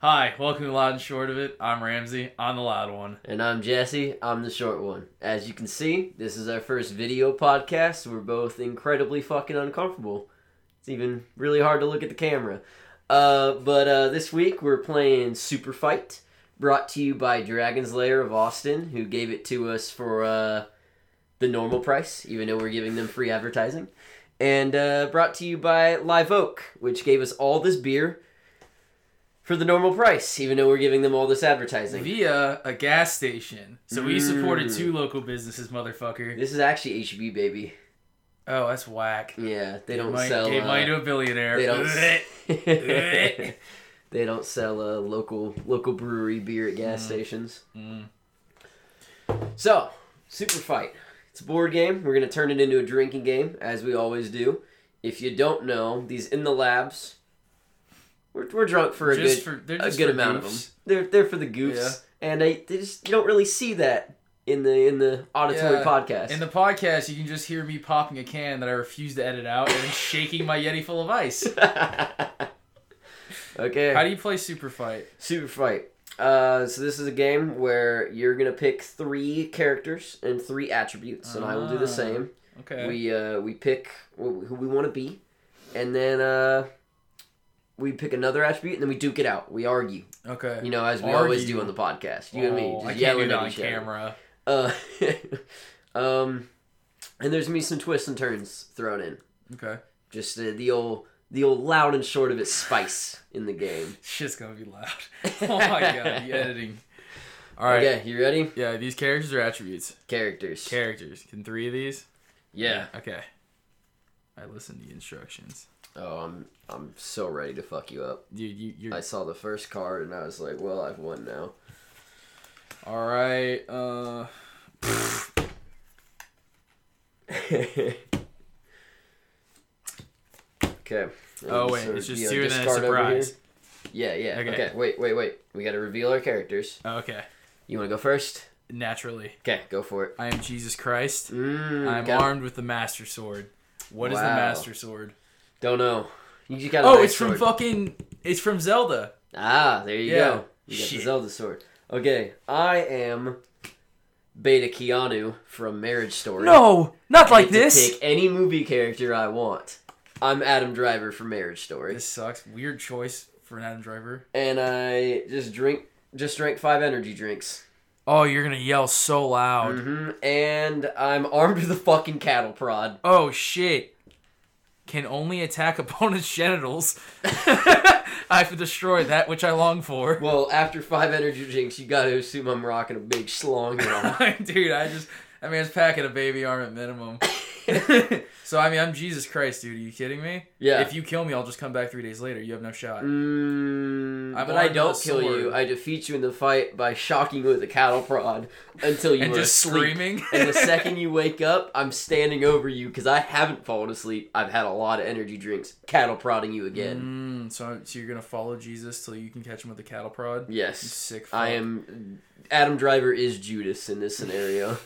Hi, welcome to Loud and Short of It. I'm Ramsey. I'm the loud one. And I'm Jesse. I'm the short one. As you can see, this is our first video podcast. We're both incredibly fucking uncomfortable. It's even really hard to look at the camera. Uh, but uh, this week we're playing Super Fight, brought to you by Dragon's Lair of Austin, who gave it to us for uh, the normal price, even though we're giving them free advertising. And uh, brought to you by Live Oak, which gave us all this beer for the normal price, even though we're giving them all this advertising. Via a gas station. So we supported Mm. two local businesses, motherfucker. This is actually HB baby. Oh, that's whack. Yeah, they Gave don't money- sell. Gave money uh, to a billionaire. they Blech. don't. they don't sell uh, local local brewery beer at gas stations. Mm. So, Super Fight. It's a board game. We're gonna turn it into a drinking game, as we always do. If you don't know, these in the labs, we're, we're drunk for a Just good for- they're a just good for amount of goofs. them. They're they're for the goofs, Yeah. and I, they just you don't really see that in the in the auditory Yeah. podcast. In the podcast, you can just hear me popping a can that I refuse to edit out and shaking my Yeti full of ice. okay. How do you play Super Fight? Super Fight. Uh, so this is a game where you're gonna pick three characters and three attributes, and I will do Ah, the same. Okay. We uh, we pick wh- who we want to be, and then uh, we pick another attribute, and then we duke it out. We argue, okay. you know, as we Argue. always do on the podcast. You and me, Oh, just I can't yelling do that at on each other. camera. Uh, um, and there's gonna be some twists and turns thrown in, Okay. just uh, the old the old loud and short of it spice in the game. Shit's gonna be loud. Oh my god, the editing. All right. Okay, you ready? Yeah, these characters are attributes. Characters. Characters. Can three of these? yeah. Okay. I listened to the instructions. Oh, I'm I'm so ready to fuck you up. Dude, you, you're I saw the first card and I was like, well, I've won now. all right. Uh, okay. oh wait, it's just two and then a surprise. Yeah, yeah. Okay. Okay. Wait, wait, wait. We got to reveal our characters. Okay, You want to go first? naturally, Okay, go for it. I am Jesus Christ. Mm, I'm got- armed with the Master Sword. What is the Wow. Master Sword? Don't know. You just got. a Oh, nice it's from sword. fucking. It's from Zelda. ah, there you Yeah. go. You got Shit. the Zelda sword. Okay, I am Beta Keanu from Marriage Story. No, not I like get to this. Pick any movie character I want. I'm Adam Driver from Marriage Story, This sucks. Weird choice for an Adam Driver. and I just drink just drank five energy drinks. Oh, you're gonna yell so loud. hmm And I'm armed with a fucking cattle prod. Oh shit. Can only attack opponent's genitals. I have to destroy that which I long for. Well, after five energy drinks, you gotta assume I'm rocking a big schlong. now. dude, I just I mean it's packing a baby arm at minimum. so I mean I'm Jesus Christ, dude. Are you kidding me? Yeah. If you kill me, I'll just come back three days later. You have no shot. Mm, I'm but I armed don't with a kill you. sword. I defeat you in the fight by shocking you with a cattle prod until you and are just asleep. screaming. and the second you wake up, I'm standing over you because I haven't fallen asleep. I've had a lot of energy drinks, cattle prodding you again. Mm, so, so you're gonna follow Jesus till you can catch him with the cattle prod. You Yes, Sick. Fuck. I am. Adam Driver is Judas in this scenario.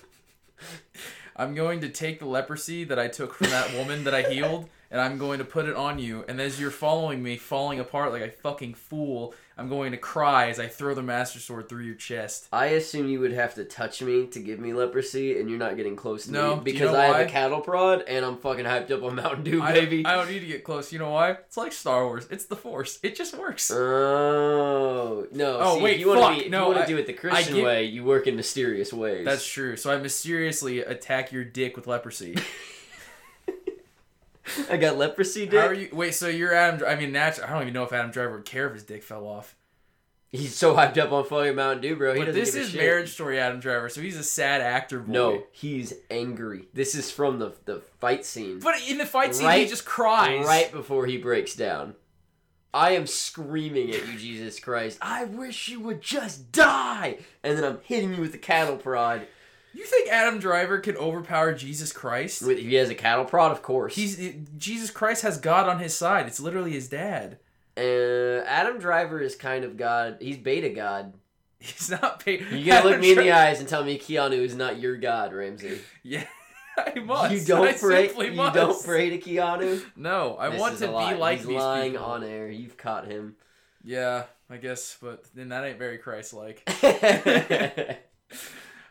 I'm going to take the leprosy that I took from that woman that I healed, and I'm going to put it on you. And as you're following me, falling apart like a fucking fool, I'm going to cry as I throw the master sword through your chest. I assume you would have to touch me to give me leprosy, and you're not getting close to No, me do you because know I why? have a cattle prod and I'm fucking hyped up on Mountain Dew, I- baby. I, don't need to get close. You know why? It's like Star Wars. It's the Force. It just works. Oh no! Oh, see, if wait, you wanna fuck, Be, if no, you want I- to do it the Christian get- way, you work in mysterious ways. That's true. So I mysteriously attack your dick with leprosy. I got leprosy, How are dude. you? Wait, so you're Adam? Dri- I mean, natu- I don't even know if Adam Driver would care if his dick fell off. He's so hyped up on fucking Mountain Dew, bro. He But doesn't this give a is shit. Marriage Story, Adam Driver. So he's a sad actor. Boy. No, he's angry. This is from the the fight scene. But in the fight scene, he Right- just cries. Right before he breaks down. I am screaming at you, Jesus Christ. I wish you would just die. And then I'm hitting you with the cattle prod. You think Adam Driver can overpower Jesus Christ? With, he has a cattle prod, of course. He's Jesus Christ has God on his side. It's literally his dad. uh, Adam Driver is kind of God. He's beta God. He's not paid. You gotta look me in the eyes and tell me Keanu is not your God, Ramsey. Yeah, I must. you I don't pray. simply You must. don't pray to Keanu. No, I This want is to a be lie. like He's these lying people. on air. You've caught him. Yeah, I guess, but then that ain't very Christ-like. yeah,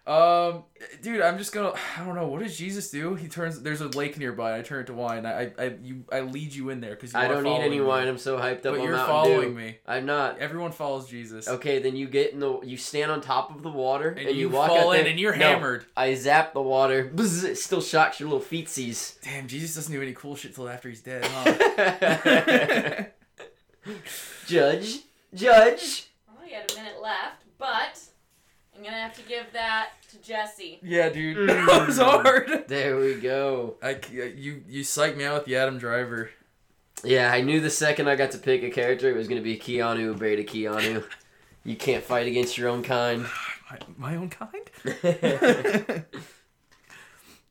Um, dude, I'm just gonna. I don't know. What does Jesus do? He turns. There's a lake nearby. I turn it to wine. I, I, you, I lead you in there because I don't need any wine. I'm so hyped up But on you're Mountain following Dew. me. I'm not. Everyone follows Jesus. Okay, then you get in the. You stand on top of the water and, And you walk fall out in there. and you're No, hammered. I zap the water. Bzz, it still shocks your little feetsies. Damn, Jesus doesn't do any cool shit till after he's dead, huh? Oh. Judge, judge. Well, you had a minute left, but I'm gonna have to give that to Jesse. yeah, dude. Mm. that was hard. There we go. I, c- you, you psyched me out with the Adam Driver. Yeah, I knew the second I got to pick a character, it was gonna be Keanu, Beta Keanu. you can't fight against your own kind. My, my own kind.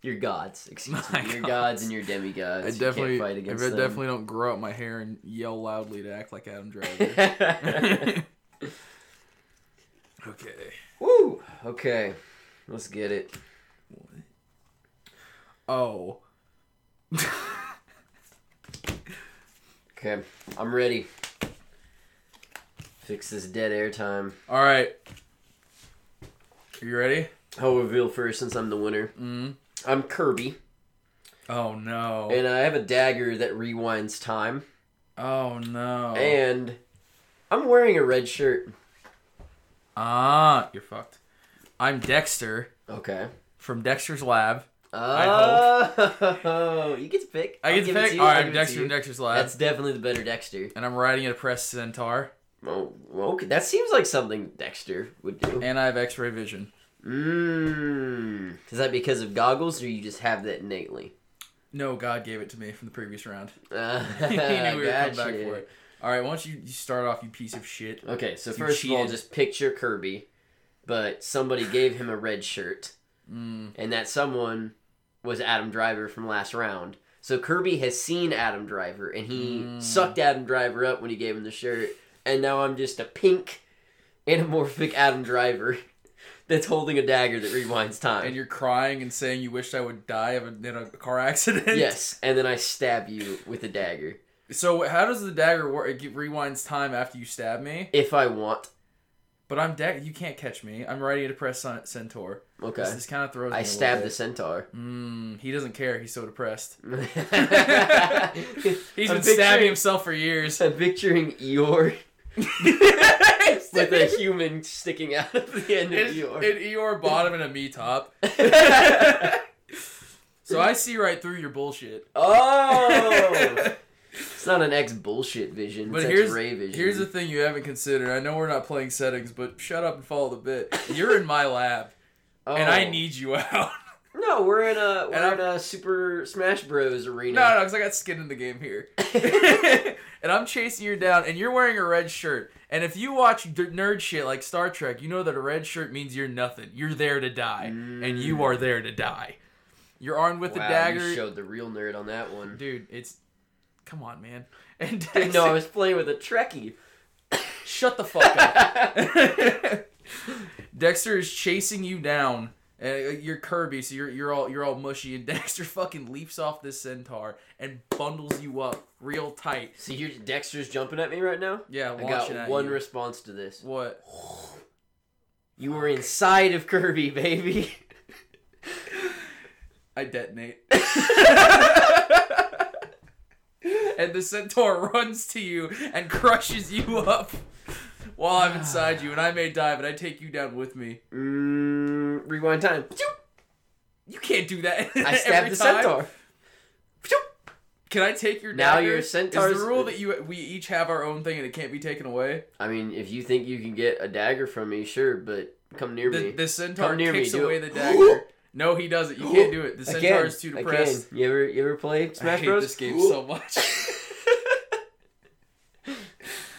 Your gods, excuse My me. Your gods. gods and your demigods. I You definitely, can't fight I against them. definitely don't grow out my hair and yell loudly to act like Adam Driver. okay. Woo! Okay, let's get it. Oh. Okay, I'm ready. Fix this dead air time. All right. Are you ready? I'll reveal first since I'm the winner. Mm. I'm Kirby, Oh no. and I have a dagger that rewinds time, oh no. and I'm wearing a red shirt. Ah, you're fucked. I'm Dexter Okay. from Dexter's Lab. Oh, you get to pick. I I'll get to give it pick. you, All I'll right, I'm give it to Dexter you. from Dexter's Lab, That's definitely the better Dexter. and I'm riding an oppressed centaur, Oh, okay. That seems like something Dexter would do. and I have X-ray vision. Mmm. Is that because of goggles, or you just have that innately? No, God gave it to me from the previous round. Uh, he knew we were coming gotcha. back for it. All right, why don't you, you start off, you piece of shit? Okay, so You first of all, cheated. just picture Kirby, but somebody gave him a red shirt, Mm. and that someone was Adam Driver from last round. So Kirby has seen Adam Driver, and he Mm. sucked Adam Driver up when he gave him the shirt, and now I'm just a pink, anamorphic Adam Driver that's holding a dagger that rewinds time. And you're crying and saying you wished I would die of a, in a car accident. yes, and then I stab you with a dagger So how does the dagger work? It rewinds time after you stab me, if I want. but I'm dead. You can't catch me. I'm ready to press cen- centaur. This, Okay, this kind of throws. I me a stab the little centaur. bit. Mm, he doesn't care. He's so depressed. He's He's been stabbing himself for years. I'm picturing Eeyore with a It's- human sticking out of the end of Eeyore. An Eeyore bottom and a me top. So I see right through your bullshit. oh! It's not an ex bullshit vision. But it's here's- X-ray vision. Here's the thing you haven't considered. I know we're not playing settings, but shut up and follow the bit. You're in my lab, Oh. and I need you out. No, we're in a we're And I'm- in a Super Smash Bros. arena. No, no, because I got skin in the game here. and I'm chasing you down, and you're wearing a red shirt. And if you watch d- nerd shit like Star Trek, you know that a red shirt means you're nothing. You're there to die, and you are there to die. You're armed with wow, a You dagger, showed the real nerd on that one. dude. It's come on, man. And Dude, no, I was playing with a Trekkie. shut the fuck up. Dexter is chasing you down. Uh, you're Kirby, so you're you're all you're all mushy, and Dexter fucking leaps off this centaur and bundles you up real tight. See, here Dexter's jumping at me right now. Yeah, I launching got at one you. response to this. What? You were inside of Kirby, baby. I detonate. and the centaur runs to you and crushes you up while I'm inside you, and I may die, but I take you down with me. Mm, rewind time. You can't do that. I every stabbed the time. centaur. Can I take your Now dagger? you're a centaur's- Is the rule that you we each have our own thing and it can't be taken away? I mean, if you think you can get a dagger from me, sure, but come near The, me. the centaur Come near me, kicks do away it. the dagger. no, he doesn't. You can't do it. The centaur is too depressed. Again. You ever you ever play I Smash hate Bros? this game so much.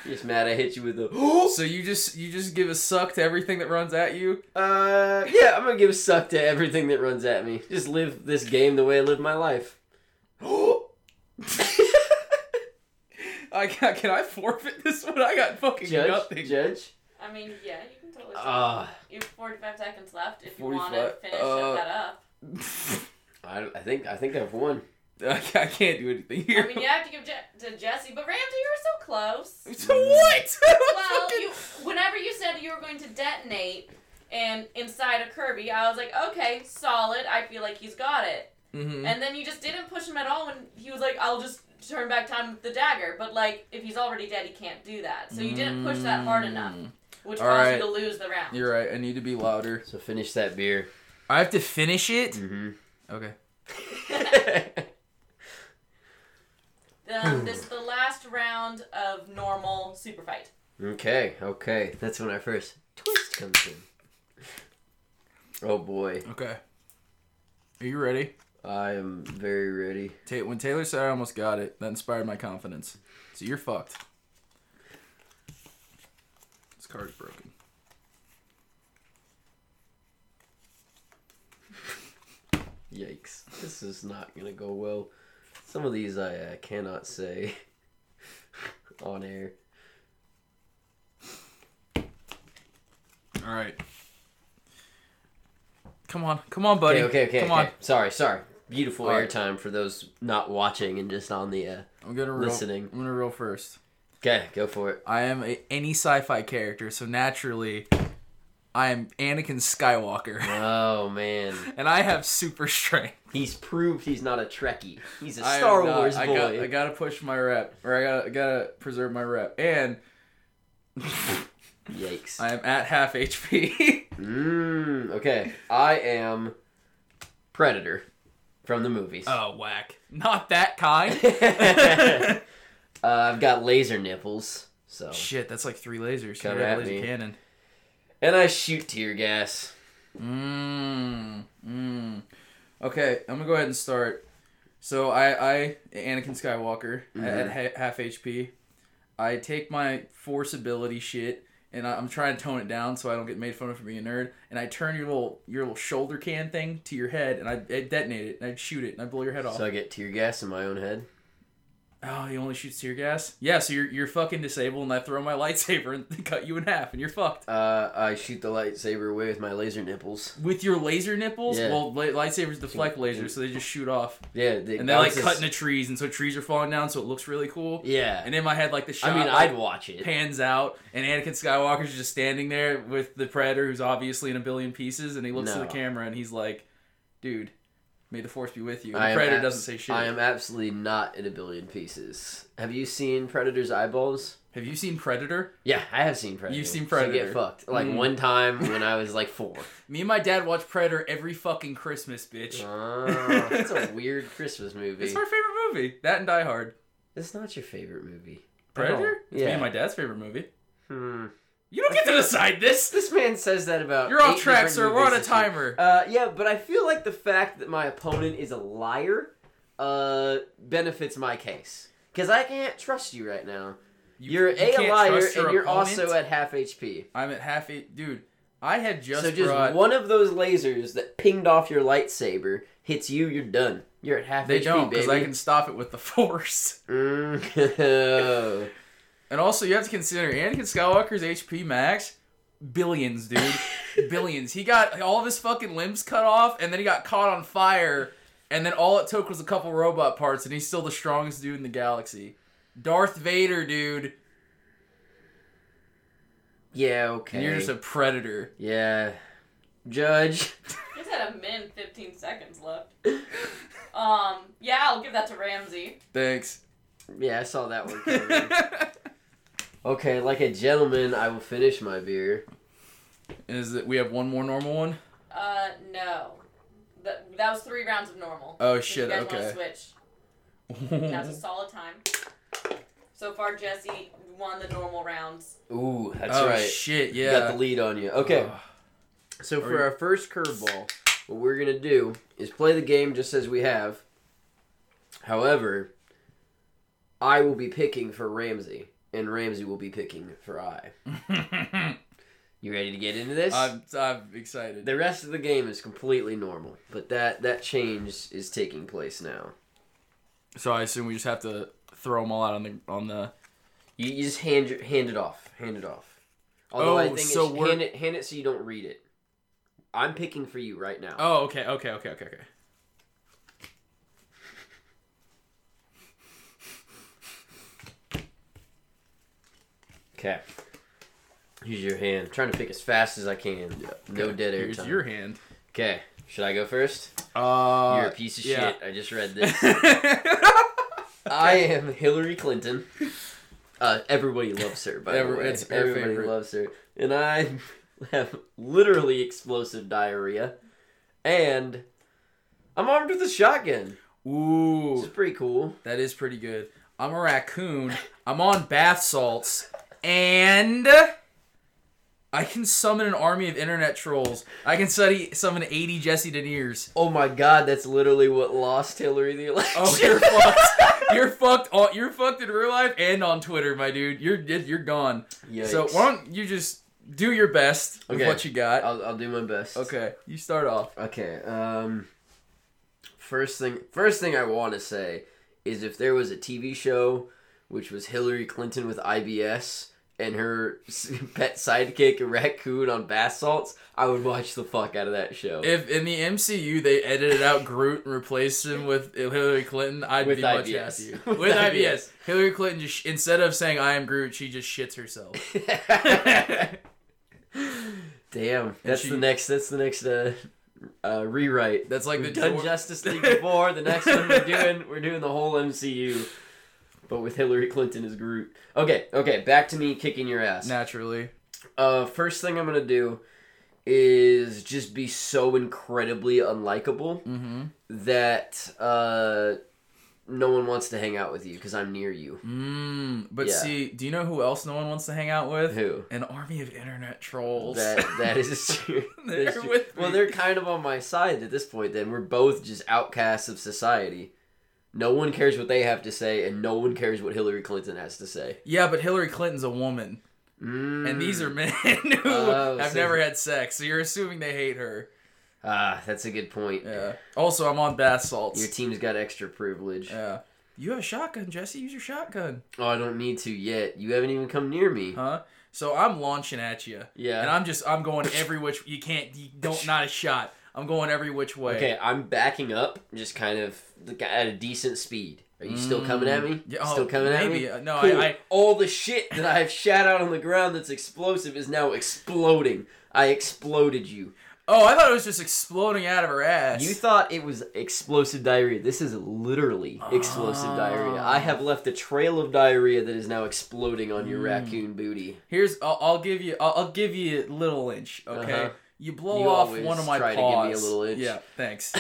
Just mad I hit you with a. so you just you just give a suck to everything that runs at you. uh, yeah, I'm gonna give a suck to everything that runs at me. Just live this game the way I live my life. I can, can I forfeit this one? I got fucking nothing. Judge, judge. I mean, yeah, you can totally. Ah, you have 45 seconds left if you want to 45, finish uh, that up. I, I think I think I've won. I ca- I can't do anything I here. mean, you have to give Je- to Jesse, but Ramsey, you were so close. So what? Well, you, whenever you said you were going to detonate and inside of Kirby, I was like, okay, solid. I feel like he's got it. hmm And then you just didn't push him at all when he was like, I'll just turn back time with the dagger. But like, if he's already dead, he can't do that. So you didn't push that hard enough, which All caused right. you to lose the round. Mm, You're right. I need to be louder. So finish that beer. I have to finish it. Mm-hmm. Okay. Hmm. Um, this is the last round of normal super fight. okay, okay. That's when our first twist comes in. Oh boy, Okay. Are you ready? I am very ready. Ta- when Taylor said I almost got it, that inspired my confidence. So you're fucked. This card's broken. Yikes. This is not gonna go well. Some of these I uh, cannot say on air. All right. Come on, come on, buddy. Okay, okay, okay. Come okay. on. Sorry, sorry. Beautiful All right. airtime for those not watching and just on the. Uh... I'm gonna roll. Listening. I'm gonna roll first. Okay, go for it. I am a, any sci-fi character, so naturally, I am Anakin Skywalker, Oh man, and I have super strength. he's proved he's not a Trekkie. He's a I am Star not- Wars I boy. got, I gotta push my rep, or I gotta, I gotta preserve my rep, and Yikes. I am at half HP. Mmm. Okay, I am Predator from the movies. oh, whack! Not that kind. uh, I've got laser nipples, so Shit, that's like three lasers. Come You have a at laser me. cannon. and I shoot tear gas. Mmm. Mmm. Okay, I'm gonna go ahead and start. So I, I Anakin Skywalker at, Mm-hmm. at ha- half HP. I take my force ability shit, and I, I'm trying to tone it down so I don't get made fun of for being a nerd. And I turn your little your little shoulder can thing to your head, and I, I detonate it, and I shoot it, and I blow your head off. So I get tear gas in my own head. oh, he only shoots tear gas. Yeah, so you're you're fucking disabled, and I throw my lightsaber and cut you in half, and you're fucked. Uh, I shoot the lightsaber away with my laser nipples. With your laser nipples, Yeah. well, la- lightsabers deflect lasers, so they just shoot off. Yeah, they, and that they're like was cutting the just- trees, and so trees are falling down, so it looks really cool. Yeah, And in my head, like the shot, I mean, like, I'd watch it. pans out, and Anakin Skywalker's just standing there with the predator, who's obviously in a billion pieces, and he looks to No. the camera and he's like, "Dude, may the force be with you." And I the am predator abs- doesn't say shit. I am absolutely not in a billion pieces. Have you seen Predator's eyeballs? Have you seen Predator? Yeah, I have seen Predator. You've seen So you Predator. get fucked. Like Mm. one time when I was like four. Me and my dad watch Predator every fucking Christmas, bitch. Oh, that's a weird Christmas movie. Ah. It's my favorite movie. That and Die Hard. It's not your favorite movie. Predator? It's me Yeah. and my dad's favorite movie. Hmm. You don't get to decide this. This man says that about. You're off eight track, different sir. We're on a movies this year. timer. Uh, yeah, but I feel like the fact that my opponent is a liar, uh, benefits my case because I can't trust you right now. You, are you a can't liar, trust your and you're opponent? also at half HP. I'm at half eight, dude. I had just so just brought. one of those lasers that pinged off your lightsaber hits you, you're done. You're at half They HP, don't, because baby. I can stop it with the Force. Mm. And also, you have to consider Anakin Skywalker's HP max billions, dude, billions. He got all of his fucking limbs cut off, and then he got caught on fire, and then all it took was a couple robot parts, and he's still the strongest dude in the galaxy. Darth Vader, dude, yeah, okay. and you're just a predator. Yeah. Judge. He's had a min 15 seconds left. Um, yeah, I'll give that to Ramsey. Thanks. Yeah, I saw that one coming. Is okay, like a gentleman, I will finish my beer. that we have one more normal one? Uh, no. That, that was three rounds of normal. Oh If shit! You guys Okay. want to switch. Now's a solid time. So far, Jesse won the normal rounds. Ooh, that's oh right. shit! You Yeah. got the lead on you. Okay, so for you- our first curveball, what we're going to do is play the game just as we have. However, I will be picking for Ramsey, and Ramsey will be picking for I. You ready to get into this? I'm, I'm excited. the rest of the game is completely normal, but that that change is taking place now. So I assume we just have to throw them all out on the on the. You, you just hand your, hand it off. Hand it off. Although I Oh, think so it's, we're- hand it hand it so you don't read it. I'm picking for you right now. Oh, okay, okay, okay, okay, okay. Okay. Use your hand. I'm trying to pick as fast as I can. No dead air Here's time. your hand. Okay. Should I go first? Uh, You're a piece of yeah. shit. I just read this. I am Hillary Clinton. Uh, everybody loves her, by Every- the way. it's her everybody favorite. loves her. And I have literally explosive diarrhea. And I'm armed with a shotgun. Which Ooh, is pretty cool. that is pretty good. I'm a raccoon. I'm on bath salts, and I can summon an army of internet trolls. I can study summon 80 Jesse Deniers. Oh my god, that's literally what lost Hillary the election. Oh, you're fucked. You're fucked. On, you're fucked in real life and on Twitter, my dude. You're you're gone. So Yikes. why don't you just do your best with Okay. what you got? I'll, I'll do my best. okay, you start off. Okay. Um. First thing, first thing I want to say is if there was a TV show which was Hillary Clinton with IBS and her s- pet sidekick a raccoon on bath salts, I would watch the fuck out of that show. If in the MCU they edited out Groot and replaced him with Hillary Clinton, I'd With be IBS. much happier. With With, IBS. IBS. Hillary Clinton just sh- instead of saying "I am Groot," she just shits herself. Damn, that's she- the next. That's the next uh, uh, rewrite. That's like the We've done Jor- Justice League before. The next one we're doing, we're doing the whole MCU, but with Hillary Clinton as Groot. Okay, okay, back to me kicking your ass. naturally. Uh, first thing I'm gonna do is just be so incredibly unlikable Mm-hmm. that uh, no one wants to hang out with you because I'm near you. Mm, but Yeah. see, do you know who else no one wants to hang out with? Who? An army of internet trolls. That that is true. They're That's true. with Well, me. they're kind of on my side at this point. Then we're both just outcasts of society. No one cares what they have to say, and no one cares what Hillary Clinton has to say. yeah, but Hillary Clinton's a woman, Mm. and these are men who Oh, have so- never had sex. So you're assuming they hate her. ah, that's a good point. Yeah. Also, I'm on bath salts. Your team's got extra privilege. yeah. You have a shotgun, Jesse. Use your shotgun, Oh, I don't need to yet. You haven't even come near me. huh? So I'm launching at you. Yeah. And I'm just I'm going every which you can't you don't not a shot. I'm going every which way. Okay, I'm backing up, just kind of like, at a decent speed. Are you still coming at me? Yeah, oh, still coming maybe. at Uh, me? no, Cool. I- I- all the shit that I've shat out on the ground that's explosive is now exploding. I exploded you. Oh, I thought it was just exploding out of her ass. You thought it was explosive diarrhea. This is literally explosive diarrhea. Ah. I have left a trail of diarrhea that is now exploding on Hmm. your raccoon booty. Here's I'll, I'll give you I'll, I'll give you a little inch, okay? Uh-huh. You blow You off always one of my try to give me paws. a little inch. Yeah, thanks.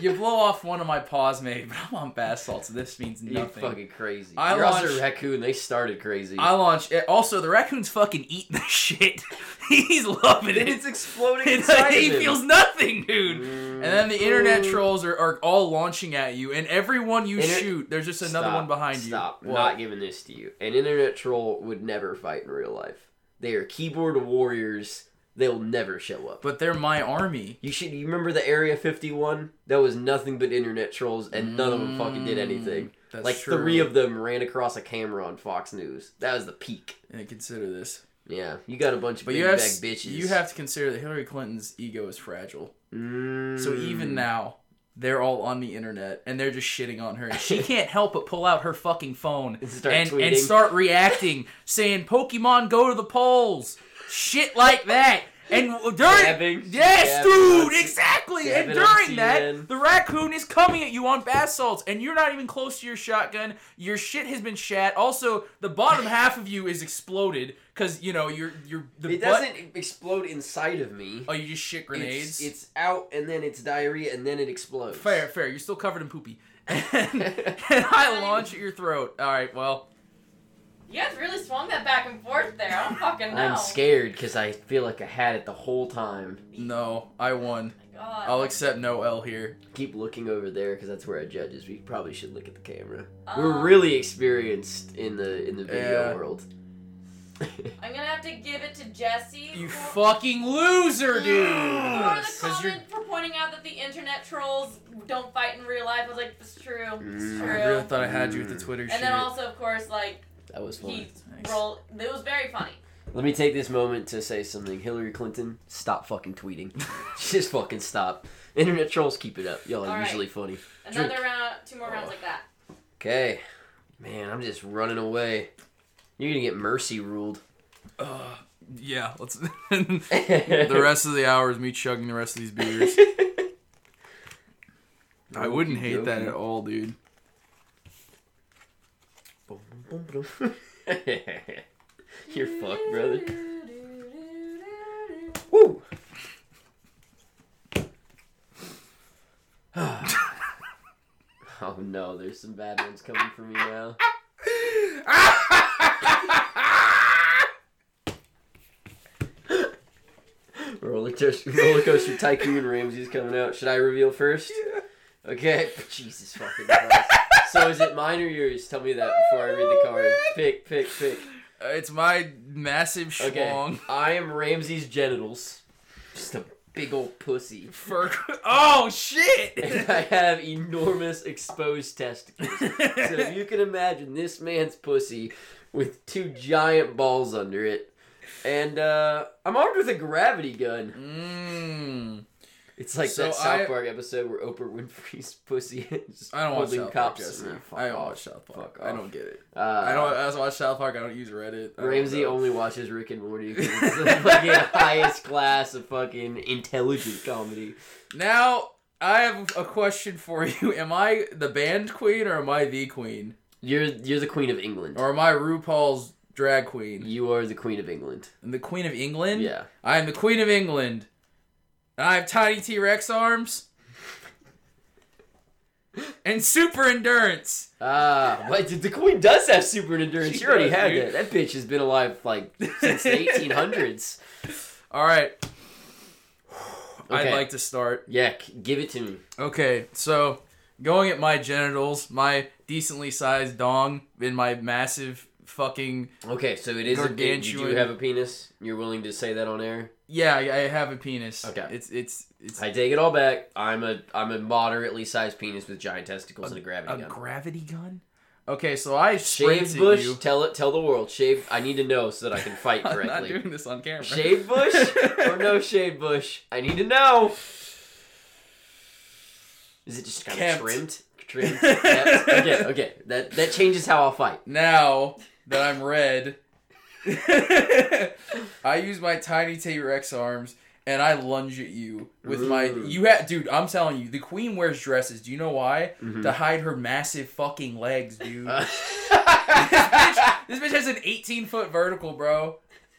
you blow off one of my paws, maybe, but I'm on bath salts. So this means You're nothing. fucking crazy. I You're also launched- a raccoon. They started crazy. I launch. eh, Also, the raccoon's fucking eating the shit. He's loving it. and it's exploding It's inside like, he of him. feels nothing, dude. Mm. And then the internet Mm. trolls are, are all launching at you, and everyone you Inter- shoot, there's just another Stop, one behind Stop. you. What? Not giving this to you. An internet troll would never fight in real life. They are keyboard warriors. They'll never show up. But they're my army. You should. You remember the Area 51? That was nothing but internet trolls, and none of them fucking did anything. Mm, That's like true. three of them ran across a camera on Fox News. That was the peak. And consider this. Yeah, you got a bunch of But big you have bag s- bitches. you have to consider that Hillary Clinton's ego is fragile. Mm. So even now, they're all on the internet and they're just shitting on her. And she can't help but pull out her fucking phone and start and, tweeting. start reacting, saying "Pokemon, go to the polls," shit like that. And during Dabbing. yes, Dabbing on dude, C- exactly. And dabbing on during CNN. that, the raccoon is coming at you on bath salts, and you're not even close to your shotgun. Your shit has been shat. Also, the bottom half of you is exploded because you know you're you're the It butt- doesn't explode inside of me. Oh, you just shit grenades. It's, it's out, and then it's diarrhea, and then it explodes. Fair, fair. You're still covered in poopy. And, and I launch at your throat. All right, well, You guys really swung that back and forth there. I don't fucking know. I'm scared because I feel like I had it the whole time. no, I won. Oh God. I'll accept no L here. Keep looking over there because that's where I judge is. We probably should look at the camera. We're Um, really experienced in the in the video Yeah. world. I'm gonna have to give it to Jesse. You for- fucking loser, dude. For Yes. the 'Cause you're- comment for pointing out that the internet trolls don't fight in real life. I was like, it's true. It's Mm. true. I really thought I had you with the Twitter shit. and then also, of course, like, that was fun. he Nice. rolled. It was very funny. Let me take this moment to say something. Hillary Clinton, stop fucking tweeting. Just fucking stop. Internet trolls, keep it up. Y'all are All right. usually funny. Another Drink. round, uh, two more rounds Oh. like that. Okay, man, I'm just running away. You're gonna get mercy ruled. Uh, yeah, let's. the rest of the hour is me chugging the rest of these beers. I wouldn't hate that at all, dude. You're fucked, brother. Woo! oh no, there's some bad ones coming for me now. roller, coaster, roller coaster tycoon Ramsey's coming out. Should I reveal first? Okay. Jesus fucking Christ. so is it mine or yours? Tell me that before I read the card. Pick, pick, pick. Uh, It's my massive Okay. schlong. I am Ramsey's genitals. Just a big old pussy. Fur. Oh And shit! I have enormous exposed testicles. So if you can imagine this man's pussy with two giant balls under it. And uh, I'm armed with a gravity gun. Mmm. It's like So that South I- Park episode where Oprah Winfrey's pussy is just I don't watch holding South Park. cops. Jesse. Nah, fuck I don't off. watch South Park. Fuck I off. don't get it. Uh, I don't. I don't watch South Park. I don't use Reddit. I don't Ramsey know. only watches Rick and Morty. 'cause It's the fucking highest class of fucking intelligent comedy. Now I have a question for you. Am I the band queen or am I the queen? You're you're the Queen of England. Or am I RuPaul's drag queen? You are the Queen of England. And the queen of England. Yeah. I am the queen of England. And I have tiny T Rex arms. And super endurance. Ah, but the- the Queen does have super endurance. She you already does, had dude. that. That bitch has been alive like since the 1800s. All right. I'd Okay. like to start. Yeah, c- give it to me. Okay, so going at my genitals, my decently sized dong, and my massive fucking Okay, so it is a penis. You do Gargantuan. have a penis. You're willing to say that on air? yeah, I I have a penis. Okay. it's it's it's I take it all back. I'm a I'm a moderately sized penis with giant testicles and a gravity a gun. gravity gun. Okay, so I sprint Shave at bush. you. Tell it. Tell the world. Shave. I need to know so that I can fight I'm not correctly. doing this on camera. Shave bush or no shave bush? I need to know. Is it just kind of Kempt. trimmed? Trimmed. kept? okay. Okay. That that changes how I'll fight. now that I'm red, I use my tiny T Rex arms and I lunge at you with my. Ooh. You had, dude. I'm telling you, the queen wears dresses. Do you know why? Mhm. To hide her massive fucking legs, dude. Uh, this bitch has an 18 foot vertical, bro.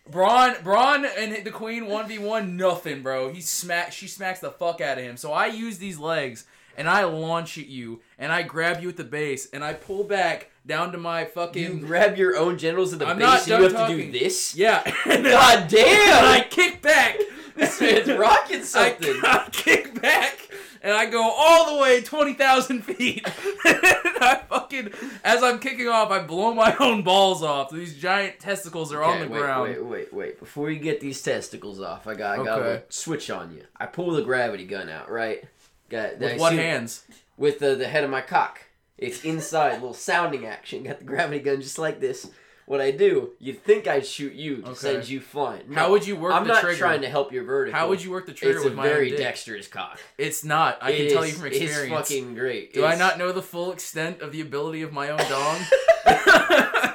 Braun, Braun, and the Queen one v one, nothing, bro. He smack, she smacks the fuck out of him. So I use these legs and I launch at you and I grab you at the base and I pull back down to my you fucking grab your own genitals at the I'm not base. done and You have to do talking. this. yeah. And then I- God damn! and I kick back. this man's rocking I, something. I kick back and I go all the way 20,000 feet. and I fucking, as I'm kicking off, I blow my own balls off. These giant testicles are on Okay, the wait, ground. Wait, wait, wait. Before you get these testicles off, I got, I got Okay. to switch on you. I pull the gravity gun out, right? Got With I what shoot hands? With the, the head of my cock. It's inside, little sounding action. Got the gravity gun just like this. What I do, you'd think I'd shoot you to Okay. send you flying. No, How would you work I'm the not trigger? trying to help your vertical. How would you work the trigger It's a with my own very dick? dexterous cock. It's not. I can It tell is- you from It's experience. fucking great. Do I It's- not know the full extent of the ability of my own dong?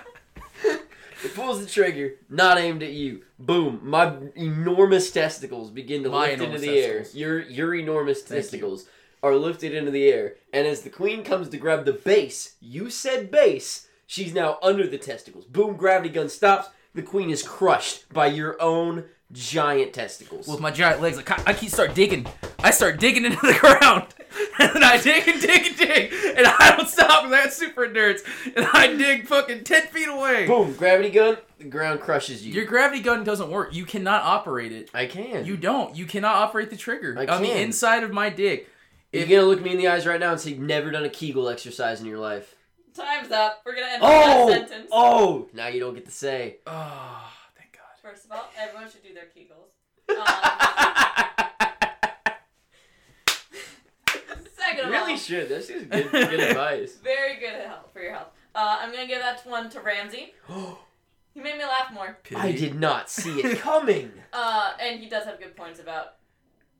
It pulls the trigger, not aimed at you. Boom! My enormous testicles begin to My lift into enormous the testicles. air. Your your enormous Thank you. testicles are lifted into the air, and as the queen comes to grab the base, you said base. She's now under the testicles. Boom! Gravity gun stops. The queen is crushed by your own giant testicles. with my giant legs, like I keep start digging. I start digging into the ground, and then I dig and dig and dig, and I don't stop. 'cause I got super endurance, and I dig fucking ten feet away. Boom! Gravity gun. The ground crushes you. Your gravity gun doesn't work. You cannot operate it. I can. You don't. You cannot operate the trigger I on can. the inside of my dick. You're gonna look me in the eyes right now and say you've never done a Kegel exercise in your life. Time's up. We're gonna end with Oh! that sentence. Oh! Now you don't get to say. Oh, thank God. First of all, everyone should do their Kegels. Um, second of really all, should. That's just good, good advice. very good at health for your health. Uh, I'm gonna give that one to Ramsey. He made me laugh more, I did not see it coming. uh, and he does have good points about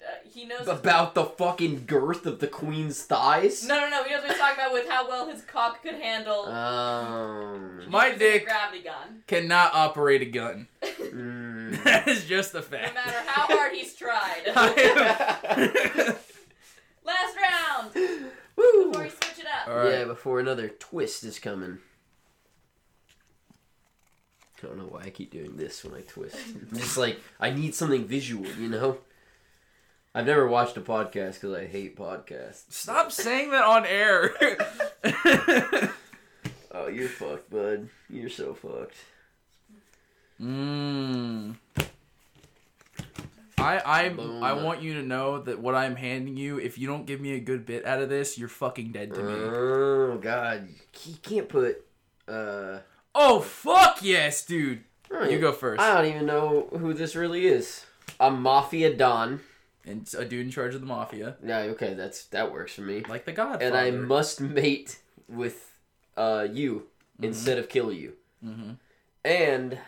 uh, he knows. his- About the fucking girth of the queen's thighs? no, no, no. He knows what he's talking about with how well his cock could handle Uh, Um. My the dick gravity gun. cannot operate a gun. mm. that is just a No fact. matter how hard he's tried. Last round Woo! before you switch it up. All right. Yeah, before another twist is coming. I don't know why I keep doing this when I twist. I'm just like, I need something visual, you know? I've never watched a podcast because I hate podcasts. Stop saying that on air. Oh, you're fucked, bud. You're so fucked. Mmm. I I Boom. I want you to know that what I'm handing you, if you don't give me a good bit out of this, you're fucking dead to me. Oh, God. You can't put. Uh, Oh fuck yes, dude. I You don't- go first. I don't even know who this really is. A mafia don. And it's a dude in charge of the mafia, Yeah, okay, that's that works for me. like the Godfather. and I must mate with uh, you Mm-hmm. instead of kill you. Mhm. And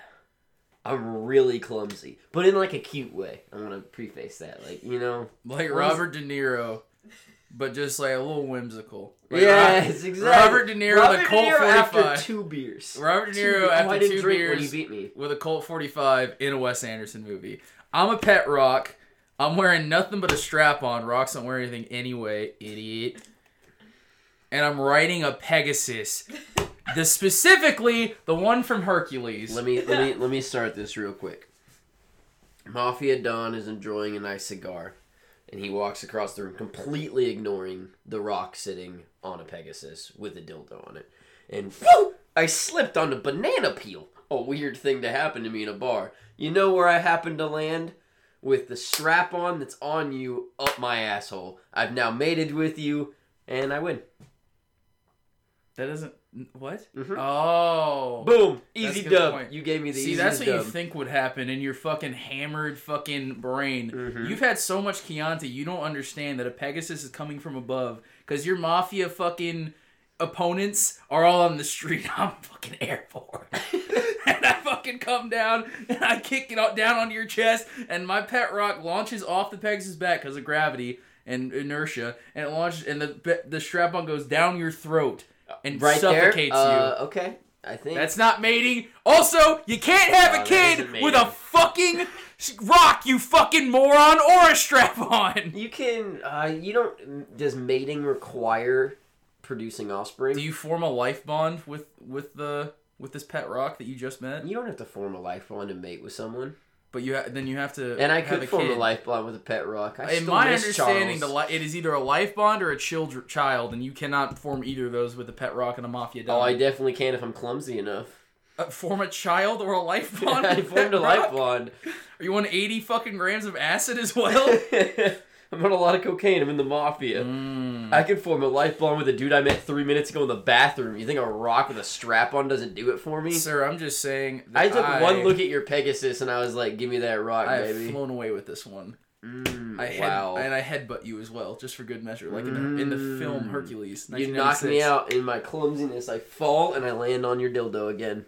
I'm really clumsy, but in like a cute way. I want to preface that, like you know. like was- Robert De Niro, but just like a little whimsical. Like, Ro- yes, exactly. Robert De Niro, Robert the Colt De Niro after 45. two beers. Robert De Two Niro beers. Oh, I after didn't two drink when beers he beat me. with a Colt 45 in a Wes Anderson movie. I'm a pet rock. I'm wearing nothing but a strap on. Rocks don't wear anything anyway, idiot. And I'm riding a Pegasus. The specifically the one from Hercules. Let me let me let me start this real quick. Mafia Don is enjoying a nice cigar, and he walks across the room, completely ignoring the rock sitting on a Pegasus with a dildo on it. And whoo, I slipped on a banana peel. A weird thing to happen to me in a bar. You know where I happened to land? With the strap on that's on you up my asshole. I've now mated with you, and I win. that doesn't what? Mhm. Oh. Boom! That's Easy a good dub. point. You gave me the See, easiest that's what dub. you think would happen in your fucking hammered fucking brain. Mhm. You've had so much Chianti, you don't understand that a Pegasus is coming from above because your mafia fucking opponents are all on the street. I'm fucking airborne. and I fucking come down and I kick it out down onto your chest, and my pet rock launches off the Pegasus back because of gravity and inertia, and it launches, and the the strap on goes down your throat and right suffocates there. you. Uh, okay, I think That's not mating. Also, you can't have No, a that isn't kid mating. with a fucking s- rock, you fucking moron, or a strap on. you can. Uh, you don't. Does mating require producing offspring? Do You, you form a life bond with with the with this pet rock that you just met? don't have to form a life bond to mate with someone. But you ha- then you have to. And I have could a form kid. a life bond with a pet rock. I In still my miss understanding, Charles. the li- it is either a life bond or a child child, and you cannot form either of those with a pet rock and a mafia dog. Oh, I definitely can if I'm clumsy enough. Uh, form a child or a life bond. I with formed pet a life rock? bond. Are you on eighty fucking grams of acid as well? I'm on a lot of cocaine. I'm in the mafia. Mm. I could form a life bond with a dude I met three minutes ago in the bathroom. You think a rock with a strap on doesn't do it for me? Sir, I'm just saying. that I took one look at your Pegasus and I was like, "Give me that rock, I have baby." flown away with this one. Mm, I head, wow. and I headbutt you as well, just for good measure, like in, the, in the film Mm. Hercules. You knock me 1996. out in my clumsiness. I fall and I land on your dildo again.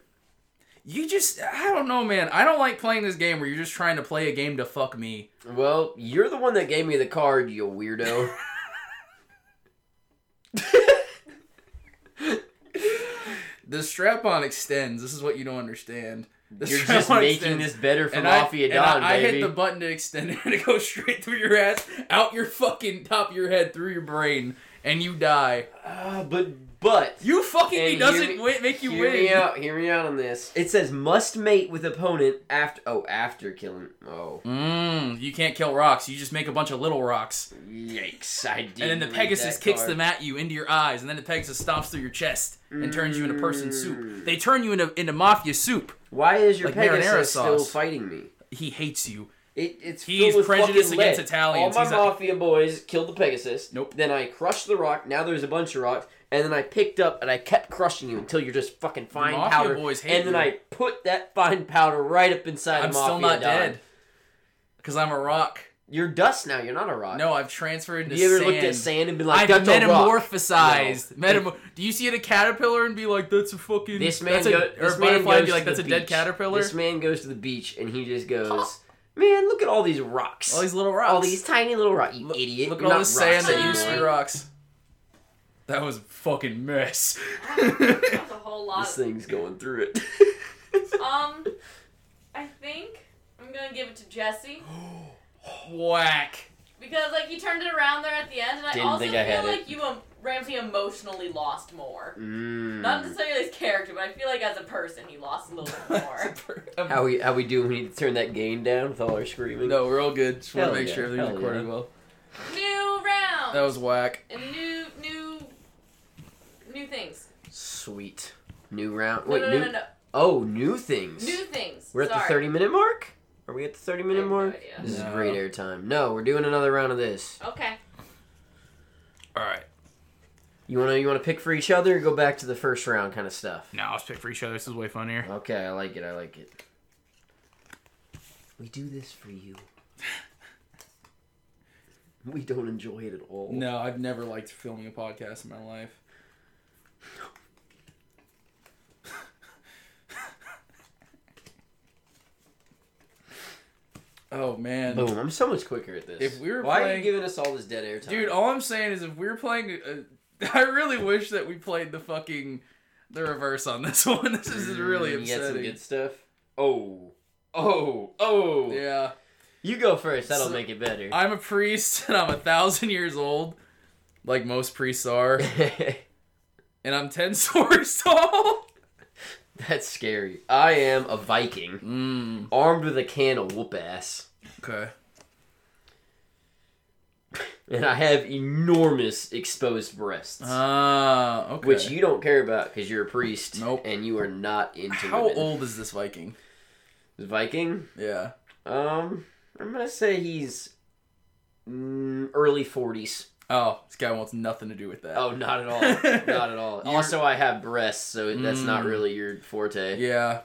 You just, I don't know, man. I don't like playing this game where you're just trying to play a game to fuck me. Well, you're the one that gave me the card, you weirdo. The strap on extends. This is what you don't understand. The you're just strap-on making this better for And I, Mafia and Don, I, I baby. hit the button to extend it, and it goes straight through your ass, out your fucking top of your head, through your brain, and you die. Ah, but but You fucking And me hear doesn't me- wi- make you hear win. me out. Hear me out on this. It says must mate with opponent after. Oh, after killing. Oh, Mm, you can't kill rocks. You just make a bunch of little rocks, yikes! I did. and then the Pegasus kicks them at you into your eyes, and then the Pegasus stomps through your chest and turns you into person soup. Mm. They turn you into into mafia soup. Why is your Like marinara Pegasus still sauce. fighting me? He hates you. It, it's He's filled with prejudiced fucking against lead. Italians. All my He's a- mafia boys killed the Pegasus. Nope. Then I crushed the rock. Now there's a bunch of rocks, and then I picked up and I kept crushing you until you're just fucking fine mafia powder. boys hate and then you. I put that fine powder right up inside I'm of mafia. still not Don. dead because I'm a rock. You're dust now. You're not a rock. No, I've transferred into Have you ever sand. looked at sand and been like, I've "That's a rock"? metamorphosized. Metamor- Do you see it a caterpillar and be like, "That's a fucking This man that's a, go- or this a man butterfly and goes be like, to "That's the a dead beach. caterpillar." This man goes to the beach and he just goes, Man, look at all these rocks. All these little rocks. All these tiny little rocks. You Look- idiot. Look at You're all not this sand rocks that used to be anymore. rocks. That was a fucking mess. That's a whole lot. This thing's going through it. Um, I think I'm gonna give it to Jesse Whack. because like you turned it around there at the end, and I Didn't also think feel I had like it. you um, Ramsey emotionally lost more. Mm. Not necessarily his character, but I feel like as a person he lost a little bit more. How we how we do? We need to turn that gain down with all our screaming. no, we're all good. Just want Hell to make yeah, sure everything's hell recorded yeah. well. new round. That was whack. and new new new things. Sweet. New round. No, Wait, no, new. no, no, no. Oh, new things. New things. We're at Sorry. the thirty minute mark. Are we at the thirty I minute have no mark? idea. This No. is great airtime. No, we're doing another round of this. Okay. All right. You wanna you wanna pick for each other or go back to the first round kind of stuff? Now let's pick for each other. This is way funnier. Okay, I like it. I like it. We do this for you. We don't enjoy it at all. No, I've never liked filming a podcast in my life. oh man. Boom! I'm so much quicker at this. If we were why are playing- you giving us all this dead air time, Dude, all I'm saying is if we were playing, uh, I really wish that we played the fucking the reverse on this one. This is really Mm, You got some upsetting. good stuff. Oh, oh, oh! Yeah, You go first. That'll So- make it better. I'm a priest and I'm a thousand years old, like most priests are, and I'm ten stories tall. That's scary. I am a Viking, Mm, armed with a can of whoop ass, okay. and I have enormous exposed breasts, Ah, okay. which you don't care about because you're a priest, Nope. and you are not into How women. old is this Viking? Viking? Yeah. Um, I'm gonna say he's mm, early 40s. Oh, this guy wants nothing to do with that. Oh, not at all. not at all. You're- Also, I have breasts, so that's not Mm. really your forte. Yeah.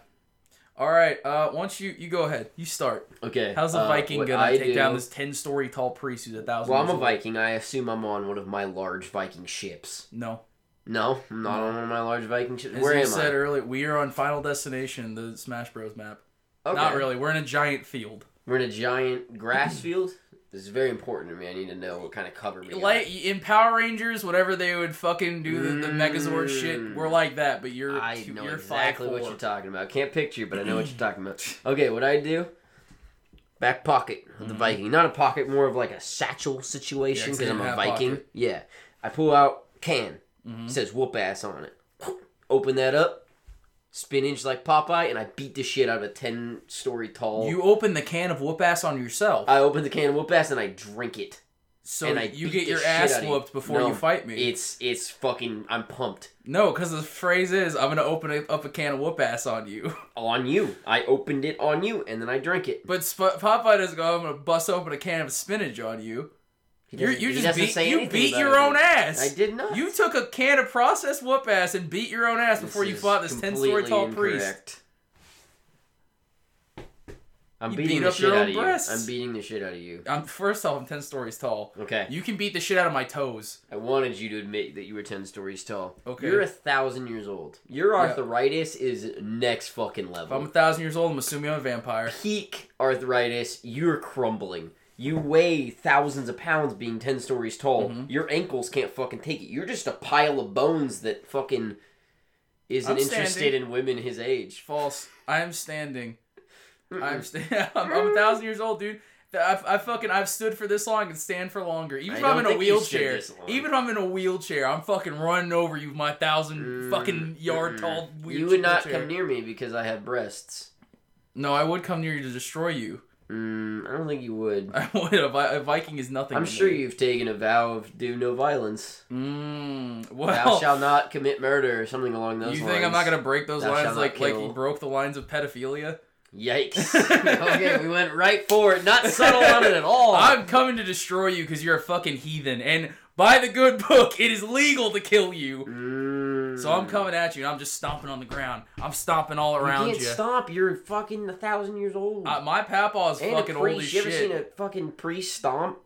All right. Uh, once you you go ahead, you start. Okay. How's a uh, Viking what gonna I take do- down this ten story tall priest who's a thousand? Well, I'm years a old? Viking. I assume I'm on one of my large Viking ships. No. No, I'm not on one of my large Viking ships. As Where you am said I? earlier, we are on Final Destination, the Smash Bros. map. Okay. Not really. We're in a giant field. We're in a giant grass field. This is very important to me. I need to know what kind of cover we Like in Power Rangers, whatever they would fucking do the, the Megazord Mm. shit, we're like that. But you're got. I you- know you're exactly five, what four. you're talking about. Can't picture, but I know what you're talking about. Okay, what I do? Back pocket of the Viking. Not a pocket, more of like a satchel Mm-hmm. Yeah, situation 'cause because they I'm didn't a have Viking. pocket. Yeah, I pull out can. Mhm. says whoop ass on it. Open that up, spinach like Popeye, and I beat the shit out of a ten story tall. You open the can of whoop ass on yourself, I open the can of whoop ass and I drink it. so and I you beat get the your shit ass outta you. whooped before No, you fight me. It's it's fucking. I'm pumped No, because the phrase is, I'm gonna open a- up a can of whoop ass on you. on you. I opened it on you and then I drank it. But Sp- Popeye doesn't go, I'm gonna bust open a can of spinach on you. He You doesn't- you he just doesn't beat say you anything beat about your it. own ass. I did not. You took a can of processed whoop ass and beat your own ass This before you is fought this ten story completely tall priest. incorrect. I'm You beating beat the up your shit own out of you. breasts. I'm beating the shit out of you. I'm first off, I'm ten stories tall. Okay. You can beat the shit out of my toes. I wanted you to admit that you were 10 stories tall. Okay. You're a thousand years old. Your Yeah. arthritis is next fucking If I'm level. a thousand years old, I'm assuming I'm a vampire. Peak arthritis, you're crumbling. You weigh thousands of pounds being 10 stories tall. Mhm. Your ankles can't fucking take it. You're just a pile of bones that fucking isn't I'm interested standing. in women his age. False. I am standing. I'm Mm-mm. st- I'm, I'm a thousand years old, dude. I've, I fucking I've stood for this long and stand for longer. Even I if I'm don't in a think you stood wheelchair, this long. even if I'm in a wheelchair, I'm fucking running over you, with my 1000 Mm, fucking yard mm-mm. tall. Weird You would not wheelchair. come near me because I have breasts. No, I would come near you to destroy you. Mm, I don't think you would. I would. A, Vi- a Viking is nothing. I'm to sure me. you've taken a vow of do no violence. Mm, Thou well, shall not commit murder or something along those you lines. think I'm not gonna break those Thou shalt lines not like like kill. you broke the lines of pedophilia? Yikes. okay, we went right for it. Not subtle on it at all. I'm coming to destroy you because you're a fucking heathen, and by the good book, it is legal to kill you. Mm. So I'm coming at you, and I'm just stomping on the ground. I'm stomping all You around can't you. stop. You're fucking a thousand years old. Uh, my papaw is and fucking a old priest. as you ever seen shit. a fucking priest stomp?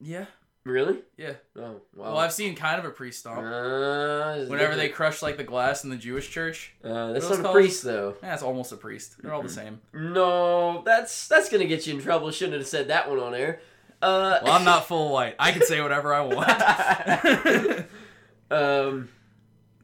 Yeah, Really? Yeah. Oh, wow. Well, I've seen kind of a priest stomp. Uh, it's Whenever they different. crush like the glass in the Jewish church, Uh, that's what it's not a called? priest though. that's almost a priest. They're all Mm-hmm. the same. No, that's that's gonna get you in trouble. Shouldn't have said that one on air. Uh, Well, I'm not full white. I can say whatever I want. um,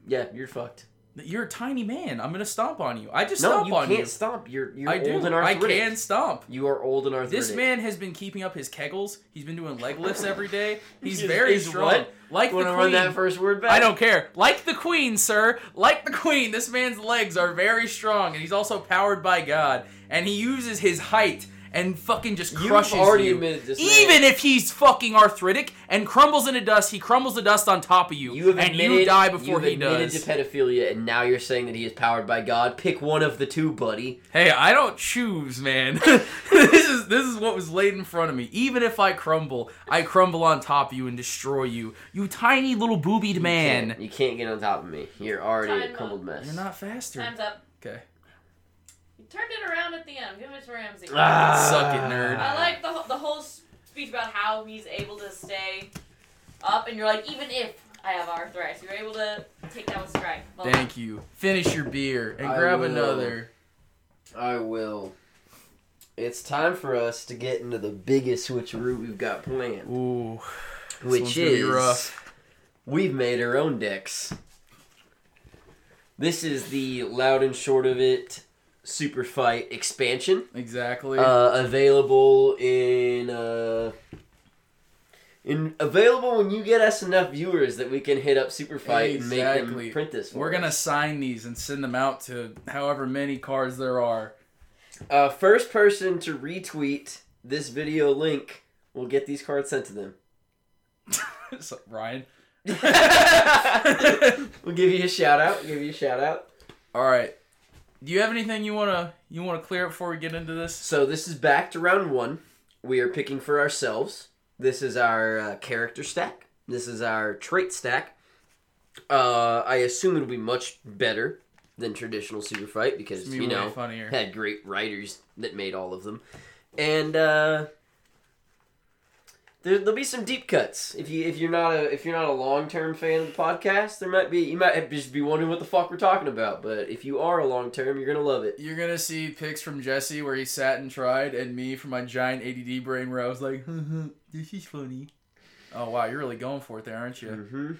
yeah, you're fucked. You're a tiny man. I'm gonna stomp on you. I just No, stomp you on can't you. stomp. You're you're I old do. and I arthritic. can stomp. You are old and arthritic. This man has been keeping up his kegels. He's been doing leg lifts every day. He's Is- very is strong. what? Like Want the to queen. run that first word back? I don't care. Like the queen, sir. Like the queen. This man's legs are very strong, and he's also powered by God. And he uses his height and fucking just You've crushes already you. admitted this. man. Even if he's fucking arthritic and crumbles into dust, he crumbles the dust on top of you, you have and admitted, you die before you've he admitted does. to pedophilia, and now you're saying that he is powered by God. Pick one of the two, buddy. Hey, I don't choose, man. this is this is what was laid in front of me. Even if I crumble, I crumble on top of you and destroy you. You tiny little boobied You man. can't- you can't get on top of me. You're already Time a up. crumbled mess. You're not faster. Time's up. Okay. You turned it around at the end. Give it to Ramsey. Ah. Suck it, nerd. I like the whole- the whole speech about how he's able to stay up, and you're like, even if I have arthritis, you're able to take that with stride. Well, Thank you. Finish your beer and I grab will. another. I will. It's time for us to get into the biggest switcheroo we've got planned, Ooh. This one's which gonna be is rough. we've made our own decks. This is the loud and short of it super fight expansion, Exactly. uh, available in uh, in available when you get us enough viewers that we can hit up super fight and make Exactly. them print this. For We're gonna us. sign these and send them out to however many cards there are. uh, first person to retweet this video link will get these cards sent to them. So- Ryan. we'll give you a shout out. Give you a shout out. All right. Do you have anything you wanna you wanna clear up before we get into this? So this is back to round one. We are picking for ourselves. This is our uh, character stack. This is our trait stack. Uh, I assume it'll be much better than traditional Super Fight because It's gonna be you way know funnier. had great writers that made all of them, and uh, there, there'll be some deep cuts. If you if you're not a if you're not a long term fan of the podcast, there might be you might just be wondering what the fuck we're talking about. But if you are a long term, you're gonna love it. You're gonna see pics from Jesse where he sat and tried, and me from my giant ADD brain where I was like, "This is funny." Oh wow, you're really going for it there, aren't you? Mm-hmm.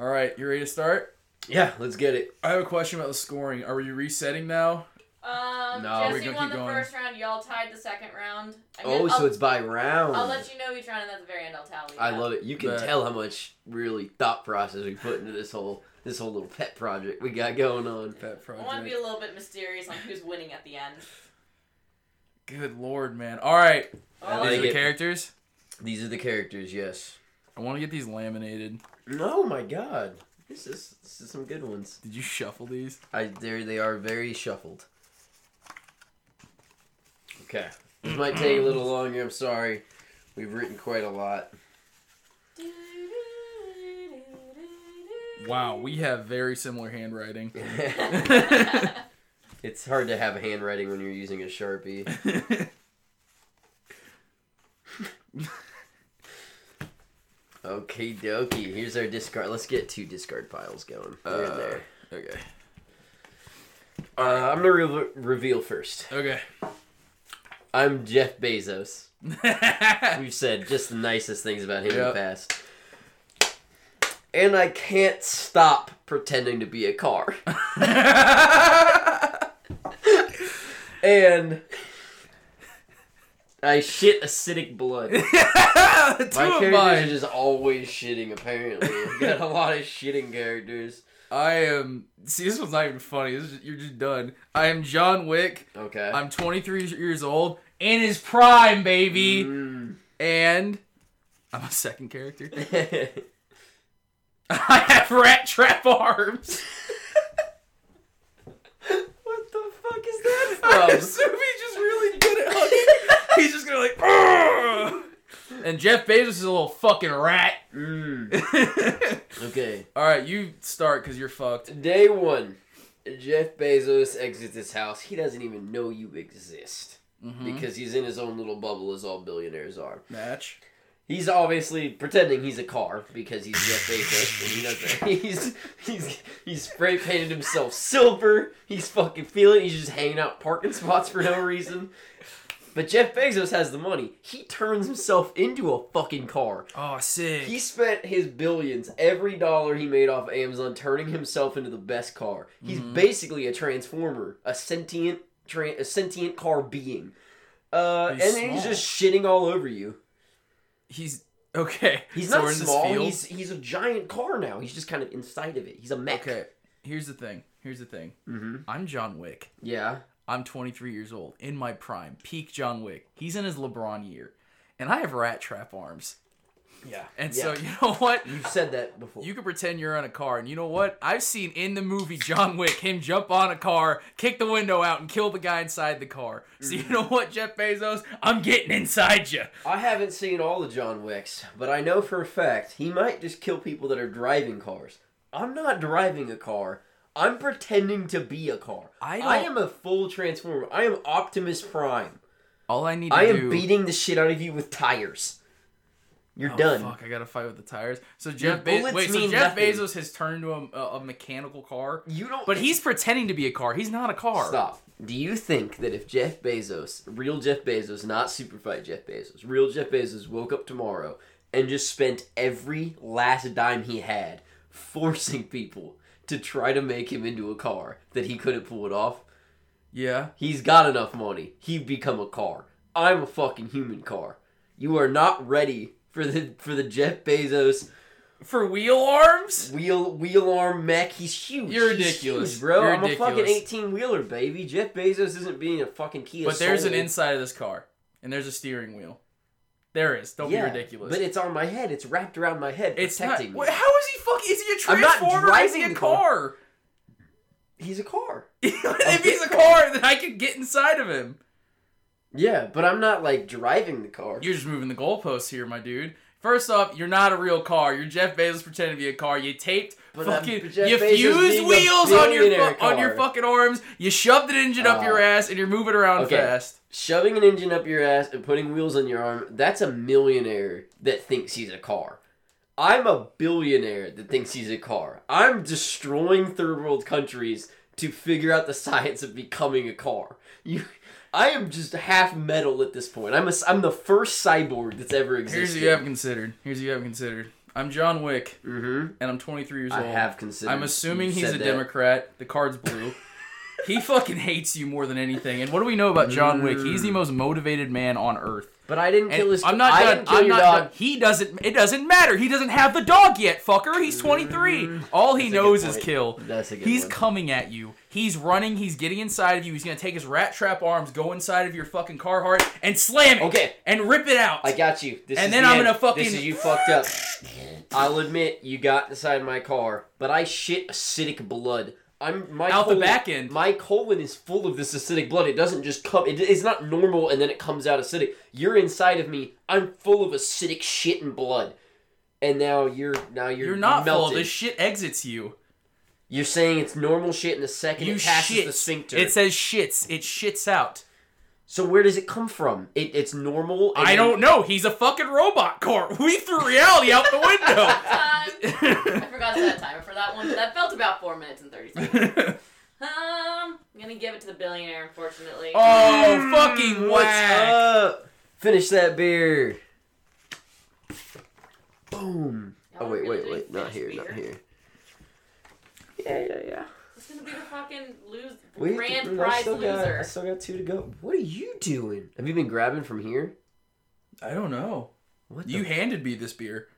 All right, you ready to start? Yeah, let's get it. I have a question about the scoring. Are we resetting now? Um, No, we're Jesse gonna won keep the going. first round. Y'all tied the second round. I mean, Oh, I'll, so it's by round. I'll let you know each round, and at the very end, I'll tally. it I up. love it. You can Bet. tell how much really thought process we put into this whole this whole little pet project we got going on. Pet I want to project. be a little bit mysterious on who's winning at the end. Good lord, man. All right, I Oh, these like are the it. characters. These are the characters, yes. I want to get these laminated. No, my God, this is this is some good ones. Did you shuffle these? I there they are very shuffled. Okay, this might take a little longer. I'm sorry, we've written quite a lot. Wow, we have very similar handwriting. Um, it's hard to have handwriting when you're using a sharpie. Okay, dokie. Here's our discard. Let's get two discard piles going. They're in Uh, there. okay. Uh, I'm gonna re- reveal first. Okay. I'm Jeff Bezos. We've said just the nicest things about him in the Yep. past. And I can't stop pretending to be a car. and I shit acidic blood. Two My of characters are mine. just always shitting, apparently. I've got a lot of shitting characters. I am. See, this one's not even funny. This is, you're just done. I am John Wick. Okay. I'm 23 years old in his prime, baby, Mm. and I'm a second character. I have rat trap arms. what the fuck is that I from? assume he's just really good at hugging. he's just gonna like. "Argh." And Jeff Bezos is a little fucking rat. Mm. Okay. All right, you start because you're fucked. Day one. Jeff Bezos exits his house. He doesn't even know you exist Mhm. because he's in his own little bubble, as all billionaires are. Match. He's obviously pretending he's a car because he's Jeff Bezos and he knows that he's he's he's spray painted himself silver. He's fucking feeling. it. He's just hanging out parking spots for no reason. But Jeff Bezos has the money. He turns himself into a fucking car. Oh, sick. He spent his billions, every dollar he made off Amazon, turning himself into the best car. He's Mm-hmm. basically a transformer, a sentient, tran a sentient car being. Uh, and He's then he's small. just shitting all over you. he's okay. He's so not we're in this small. field. He's he's a giant car now. He's just kind of inside of it. He's a mech. okay. Here's the thing. Here's the thing. Mm-hmm. I'm John Wick. Yeah. I'm 23 years old, in my prime, peak John Wick. He's in his LeBron year, and I have rat trap arms. Yeah. And so you know what? you've said that before. You can pretend you're on a car, and you know what? I've seen in the movie John Wick him jump on a car, kick the window out, and kill the guy inside the car. So you know what, Jeff Bezos? I'm getting inside you. I haven't seen all the John Wicks, but I know for a fact he might just kill people that are driving cars. I'm not driving a car. I'm pretending to be a car. I I don't- am a full transformer. I am Optimus Prime. All I need to I am do. beating the shit out of you with tires. You're Oh, done. Fuck! I gotta fight with the tires. So Jeff Bezos. bullets Wait, so mean Jeff nothing. Bezos has turned into a, a, a mechanical car, You don't. but he's pretending to be a car. He's not a car. Stop. Do you think that if Jeff Bezos, real Jeff Bezos, not Superfight Jeff Bezos, real Jeff Bezos woke up tomorrow and just spent every last dime he had forcing people to try to make him into a car, that he couldn't pull it off? Yeah. He's got enough money. He'd become a car. I'm a fucking human car. You are not ready for the for the Jeff Bezos For wheel arms? wheel wheel arm mech. He's huge. You're He's ridiculous. huge, bro. You're I'm a fucking ridiculous. 18 wheeler, baby. Jeff Bezos isn't being a fucking Kia. But there's an Soul. inside of this car, and there's a steering wheel. There is. Don't be ridiculous. But it's on my head. It's wrapped around my head, it's not. protecting Wha- me. How is he fucking? Is he a I'm not transformer? or Is he driving a the car? He's a car. if he's a car, then I can get inside of him. Yeah, but I'm not like driving the car. You're just moving the goalposts here, my dude. First off, you're not a real car. You're Jeff Bezos pretending to be a car. You taped But I'm fucking, Jeff you Bezos fused being a wheels on your billionaire fu- on your car. fucking arms. You shoved an engine up Uh, your ass, and you're moving around okay. fast. Shoving an engine up your ass and putting wheels on your arm, that's a millionaire that thinks he's a car. I'm a billionaire that thinks he's a car. I'm destroying third world countries to figure out the science of becoming a car. You, I am just half metal at this point. I'm a, s- I'm the first cyborg that's ever existed. Here's what you haven't considered. Here's what you haven't considered. I'm John Wick, Mm-hmm. and I'm 23 years I old. have considered. I'm assuming you've he's said a that. Democrat. The card's blue. he fucking hates you more than anything. And what do we know about John Wick? He's the most motivated man on earth. But I didn't And kill his. I'm not I done. didn't kill I'm your not dog. done. He doesn't. It doesn't matter. He doesn't have the dog yet, fucker. He's 23. All he Mm-hmm. That's a good knows is point. kill. That's a good He's one. coming at you. He's running. He's getting inside of you. He's gonna take his rat trap arms, go inside of your fucking Carhartt, and slam it. Okay. And rip it out. I got you. This And is then the I'm end. gonna fucking- This is you fucked up. I'll admit you got inside my car, but I shit acidic blood. I'm my Out the colon- back end. My colon is full of this acidic blood. It doesn't just come. It, it's not normal, and then it comes out acidic. You're inside of me. I'm full of acidic shit and blood. And now you're now you're You're not full. melted. This shit exits you. You're saying it's normal shit, and the second You it passes shit. the sphincter, It says shits. It shits out. So where does it come from? It, it's normal. and I then- don't know. He's a fucking robot car. We threw reality out the Time. window. I forgot that timer for that one. That felt about four minutes and thirty seconds. Um, I'm gonna give it to the billionaire, unfortunately. oh, fucking Hmm, What's whack. up? Mm, Finish that beer. Boom. Oh wait, wait, wait. Not here. Not here. Yeah, yeah, yeah. It's gonna be the fucking lose We grand mm, I prize still got, I loser. still got two to go. What are you doing? Have you been grabbing from here? I don't know. What the You handed me this beer.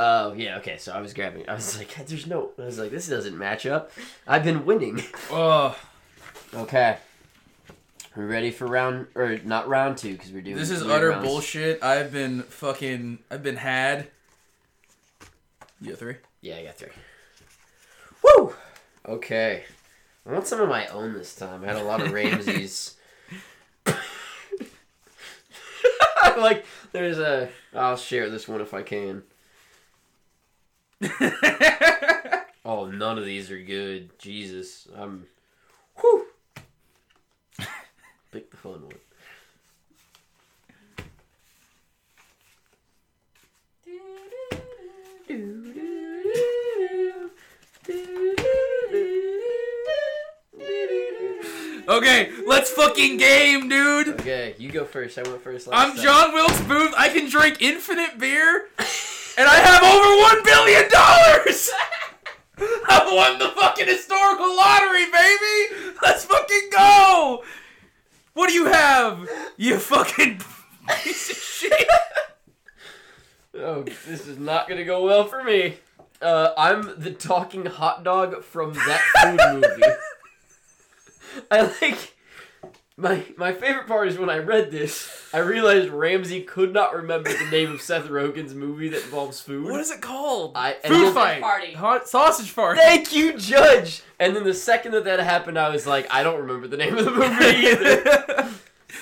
Oh yeah, okay. So I was grabbing. I was like, "There's no." I was like, "This doesn't match up." I've been winning. Uh, Okay. We ready for round or not round two because we're doing this is weird utter rounds. bullshit. I've been fucking. I've been had. You got three. Yeah, I got three. Woo! Okay. I want some of my own this time. I had a lot of Ramses. like, there's a. I'll share this one if I can. Oh, none of these are good. Jesus. I'm. Whew! Pick the fun one. Okay, let's fucking game, dude. Okay, you go first. I went first last I'm time. John Wilkes Booth. I can drink infinite beer, and I have over one billion dollars. I won the fucking historical lottery, baby. Let's fucking go. What do you have? You fucking piece of shit. Oh, this is not gonna go well for me. Uh, I'm the talking hot dog from that food movie. I like my my favorite part is when I read this, I realized Ramsey could not remember the name of Seth Rogen's movie that involves food. What is it called? I- and Food then- fight. Party. Hot sausage party. Thank you, Judge. And then the second that that happened, I was like, I don't remember the name of the movie either.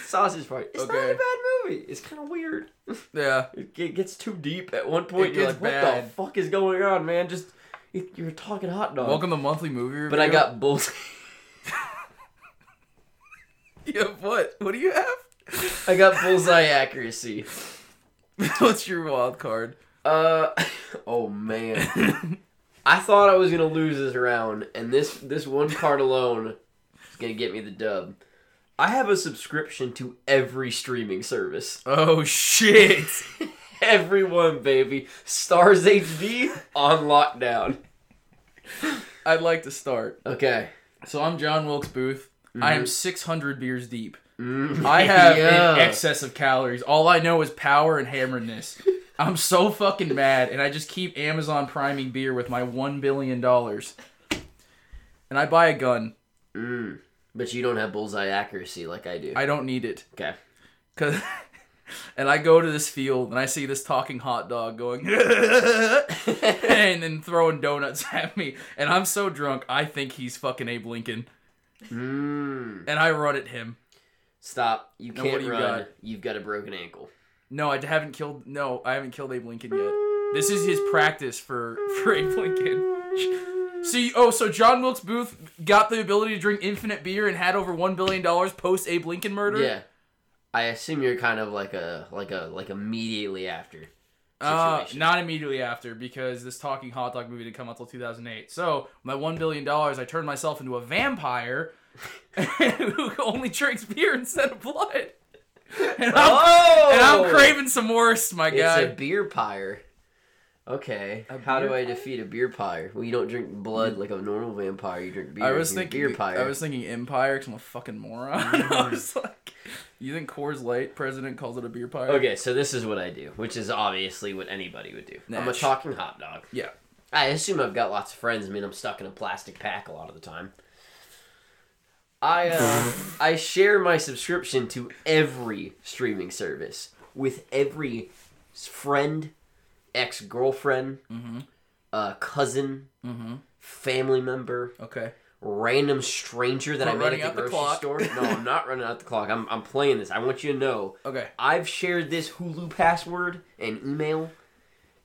Sausage Party. It's not Okay. a bad movie. It's kind of weird. yeah. It ge- gets too deep at one point. It you're gets like, what the bad. fuck is going on, man? Just you- you're talking hot dog. Welcome to monthly movie review. But I got bulls. You have what? What do you have? I got bullseye accuracy. What's your wild card? Uh, oh man. I thought I was gonna lose this round, and this this one card alone is gonna get me the dub. I have a subscription to every streaming service. oh shit! Everyone, baby. Stars HD on lockdown. I'd like to start. Okay. So I'm John Wilkes Booth. I Mhm. am 600 beers deep. Mm, I have yeah. an excess of calories. All I know is power and hammerness. I'm so fucking mad, and I just keep Amazon priming beer with my one billion dollars. And I buy a gun. Mm. But you don't have bullseye accuracy like I do. I don't need it. okay. Cause, and I go to this field and I see this talking hot dog going and then throwing donuts at me. And I'm so drunk, I think he's fucking Abe Lincoln. Mm. And I run at him. Stop. You Now, can't what do you run. got? You've got a broken ankle. No, I haven't killed. No, I haven't killed Abe Lincoln yet. This is his practice for for Abe Lincoln. See, oh, so John Wilkes Booth got the ability to drink infinite beer and had over one billion dollars post Abe Lincoln murder. Yeah. I assume you're kind of like a like a like immediately after. Uh, situation. not immediately after, because this talking hot dog movie didn't come out till 2008. So my one billion dollars, I turned myself into a vampire who only drinks beer instead of blood. And I'm, oh, and I'm craving some worse, my It's guy. a beer pyre. Okay. A How beer do I defeat a beer pyre? Well, you don't drink blood like a normal vampire. You drink beer. I was You're a thinking beer pyre. I was thinking Empire because I'm a fucking moron. I was like, you think Coors Light president calls it a beer pyre? Okay, so this is what I do, which is obviously what anybody would do. I'm a Natch. talking hot dog. Yeah. I assume I've got lots of friends. I mean, I'm stuck in a plastic pack a lot of the time. I uh, I share my subscription to every streaming service with every s- friend, ex girlfriend, Mm-hmm. uh, cousin, Mhm. family member, Okay. random stranger that Quit I met running at out the the grocery clock. store. No, I'm not running out the clock. I'm I'm playing this. I want you to know Okay. I've shared this Hulu password and email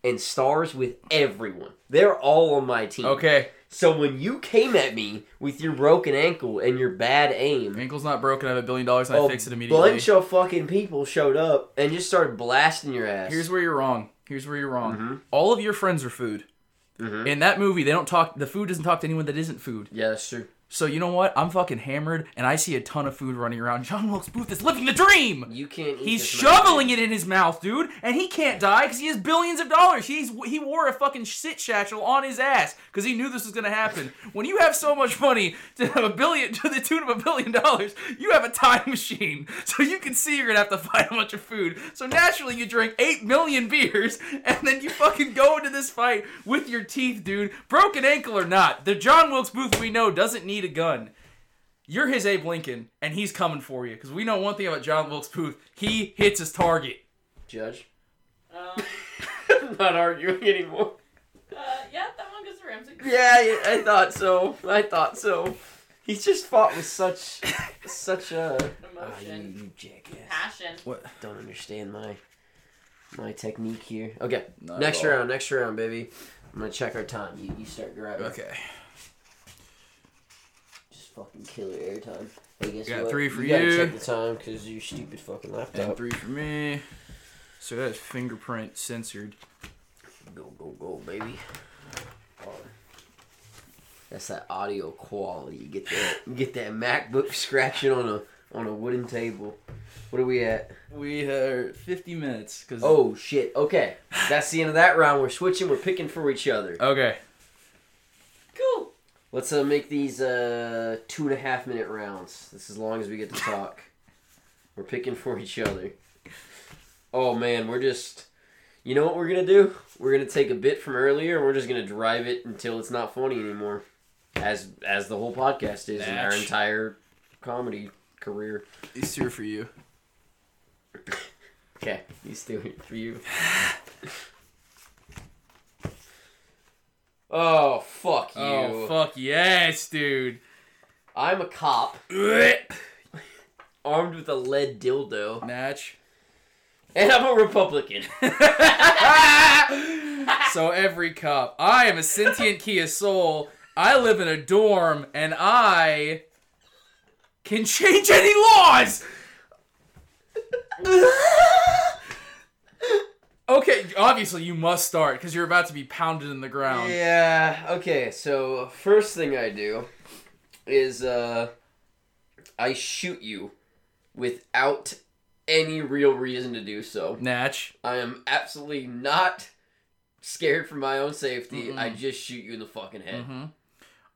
and stars with everyone. They're all on my team. Okay. So when you came at me with your broken ankle and your bad aim, Ankle's not broken. I have a billion dollars and I a fix it immediately. bunch of fucking people showed up and just started blasting your ass. Here's where you're wrong. Here's where you're wrong. Mm-hmm. All of your friends are food. Mhm. In that movie, they don't talk. The food doesn't talk to anyone that isn't food. yeah, that's true. So you know what? I'm fucking hammered, and I see a ton of food running around. John Wilkes Booth is living the dream. You can't. Eat He's this much shoveling it in his mouth, dude, and he can't die because he has billions of dollars. He's he wore a fucking shit satchel on his ass because he knew this was gonna happen. When you have so much money to have a billion to the tune of a billion dollars, you have a time machine, so you can see you're gonna have to find a bunch of food. So naturally, you drink eight million beers, and then you fucking go into this fight with your teeth, dude, broken ankle or not. The John Wilkes Booth we know doesn't need a gun you're his Abe Lincoln, and he's coming for you. Because we know one thing about John Wilkes Booth: he hits his target. Judge, Um, I'm not arguing anymore. uh, yeah, that one goes to Ramsey. Yeah, I- I thought so. I thought so. He's just fought with such, such a. Ah, you, Emotion. you jackass. Passion. don't understand my my technique here. Okay, Not next at all. round, next round, baby. I'm gonna check our time. You, you start grabbing. Okay. Just fucking kill your airtime. Hey, guess Got what? three for gotta you. check the time because your stupid fucking And laptop. three for me. So that's fingerprint censored. Go go go, baby. That's that audio quality. You get that you get that MacBook scratching on a on a wooden table. What are we at? We are 50 minutes. Cause Oh shit. Okay. That's the end of that round. We're switching, we're picking for each other. Okay. Cool. Let's uh, make these uh, two and a half minute rounds. This is as long as we get to talk. we're picking for each other. Oh man, we're just. You know what we're gonna do? We're gonna take a bit from earlier, and we're just gonna drive it until it's not funny anymore. As as the whole podcast is, in our Natch. entire comedy career. These two are for you. Okay, these two are for you. Oh fuck you! Oh, fuck yes, dude. I'm a cop armed with a lead dildo. Natch. And I'm a Republican. so every cop. I am a sentient Kia soul. I live in a dorm and I can change any laws. okay, obviously you must start because you're about to be pounded in the ground. yeah, okay, so first thing I do is uh I shoot you without any real reason to do so. Natch. I am absolutely not scared for my own safety. I just shoot you in the fucking head.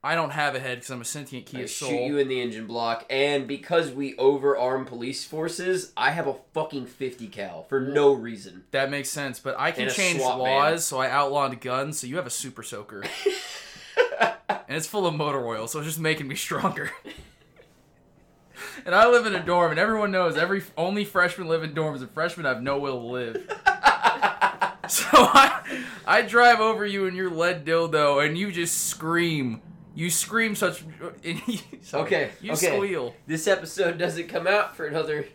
I don't have a head because I'm a sentient Kia I Mm-hmm. soul. shoot you in the engine block, and because we overarm police forces, I have a fucking 50 cal for no reason. That makes sense, but I can And a change SWAT laws, van. so I outlawed guns, so you have a super soaker. and it's full of motor oil, so it's just making me stronger. and I live in a dorm, and everyone knows every only freshmen live in dorms, and freshmen have no will to live. so I, I drive over you in your lead dildo, and you just scream. You scream such. And you, sorry. Okay, You okay. squeal. this episode doesn't come out for another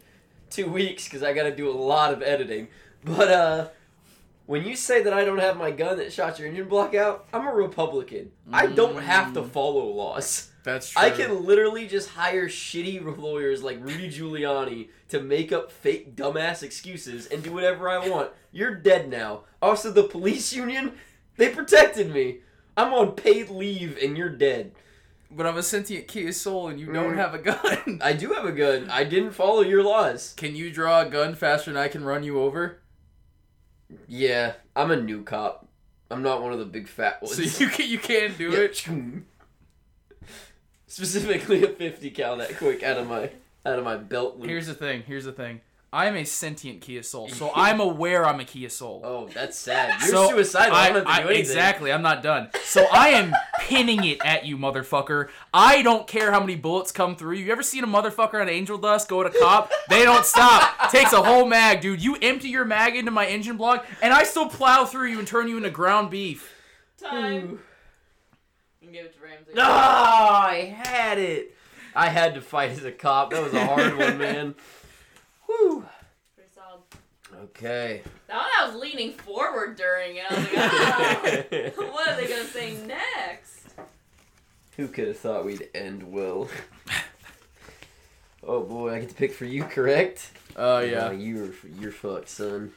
two weeks because I got to do a lot of editing. But uh, when you say that I don't have my gun that shot your engine block out, I'm a Republican. I don't have to follow laws. That's true. I can literally just hire shitty lawyers like Rudy Giuliani to make up fake dumbass excuses and do whatever I want. You're dead now. Also, the police union, they protected me. I'm on paid leave and you're dead. But I'm a sentient Kia soul, and you don't Mm. have a gun. I do have a gun. I didn't follow your laws. Can you draw a gun faster than I can run you over? Yeah, I'm a new cop. I'm not one of the big fat ones. So you can you can do Yeah. it. Specifically a 50 cal that quick out of my out of my belt loop. Here's the thing. Here's the thing. I'm a sentient Kia Soul, so I'm aware I'm a Kia Soul. oh, that's sad. You're so suicidal. I, don't have to do anything. exactly. I'm not done. So I am pinning it at you, motherfucker. I don't care how many bullets come through. You ever seen a motherfucker on angel dust go at a cop? They don't stop. Takes a whole mag, dude. You empty your mag into my engine block, and I still plow through you and turn you into ground beef. Time. And give it to Ramsey. No, I had it. I had to fight as a cop. That was a hard one, man. Whew. Pretty solid. Okay. That one I was leaning forward during it. I was like, oh, what are they gonna say next? Who could have thought we'd end well? Oh boy, I get to pick for you, correct? Oh Oh, you're you're fucked, son.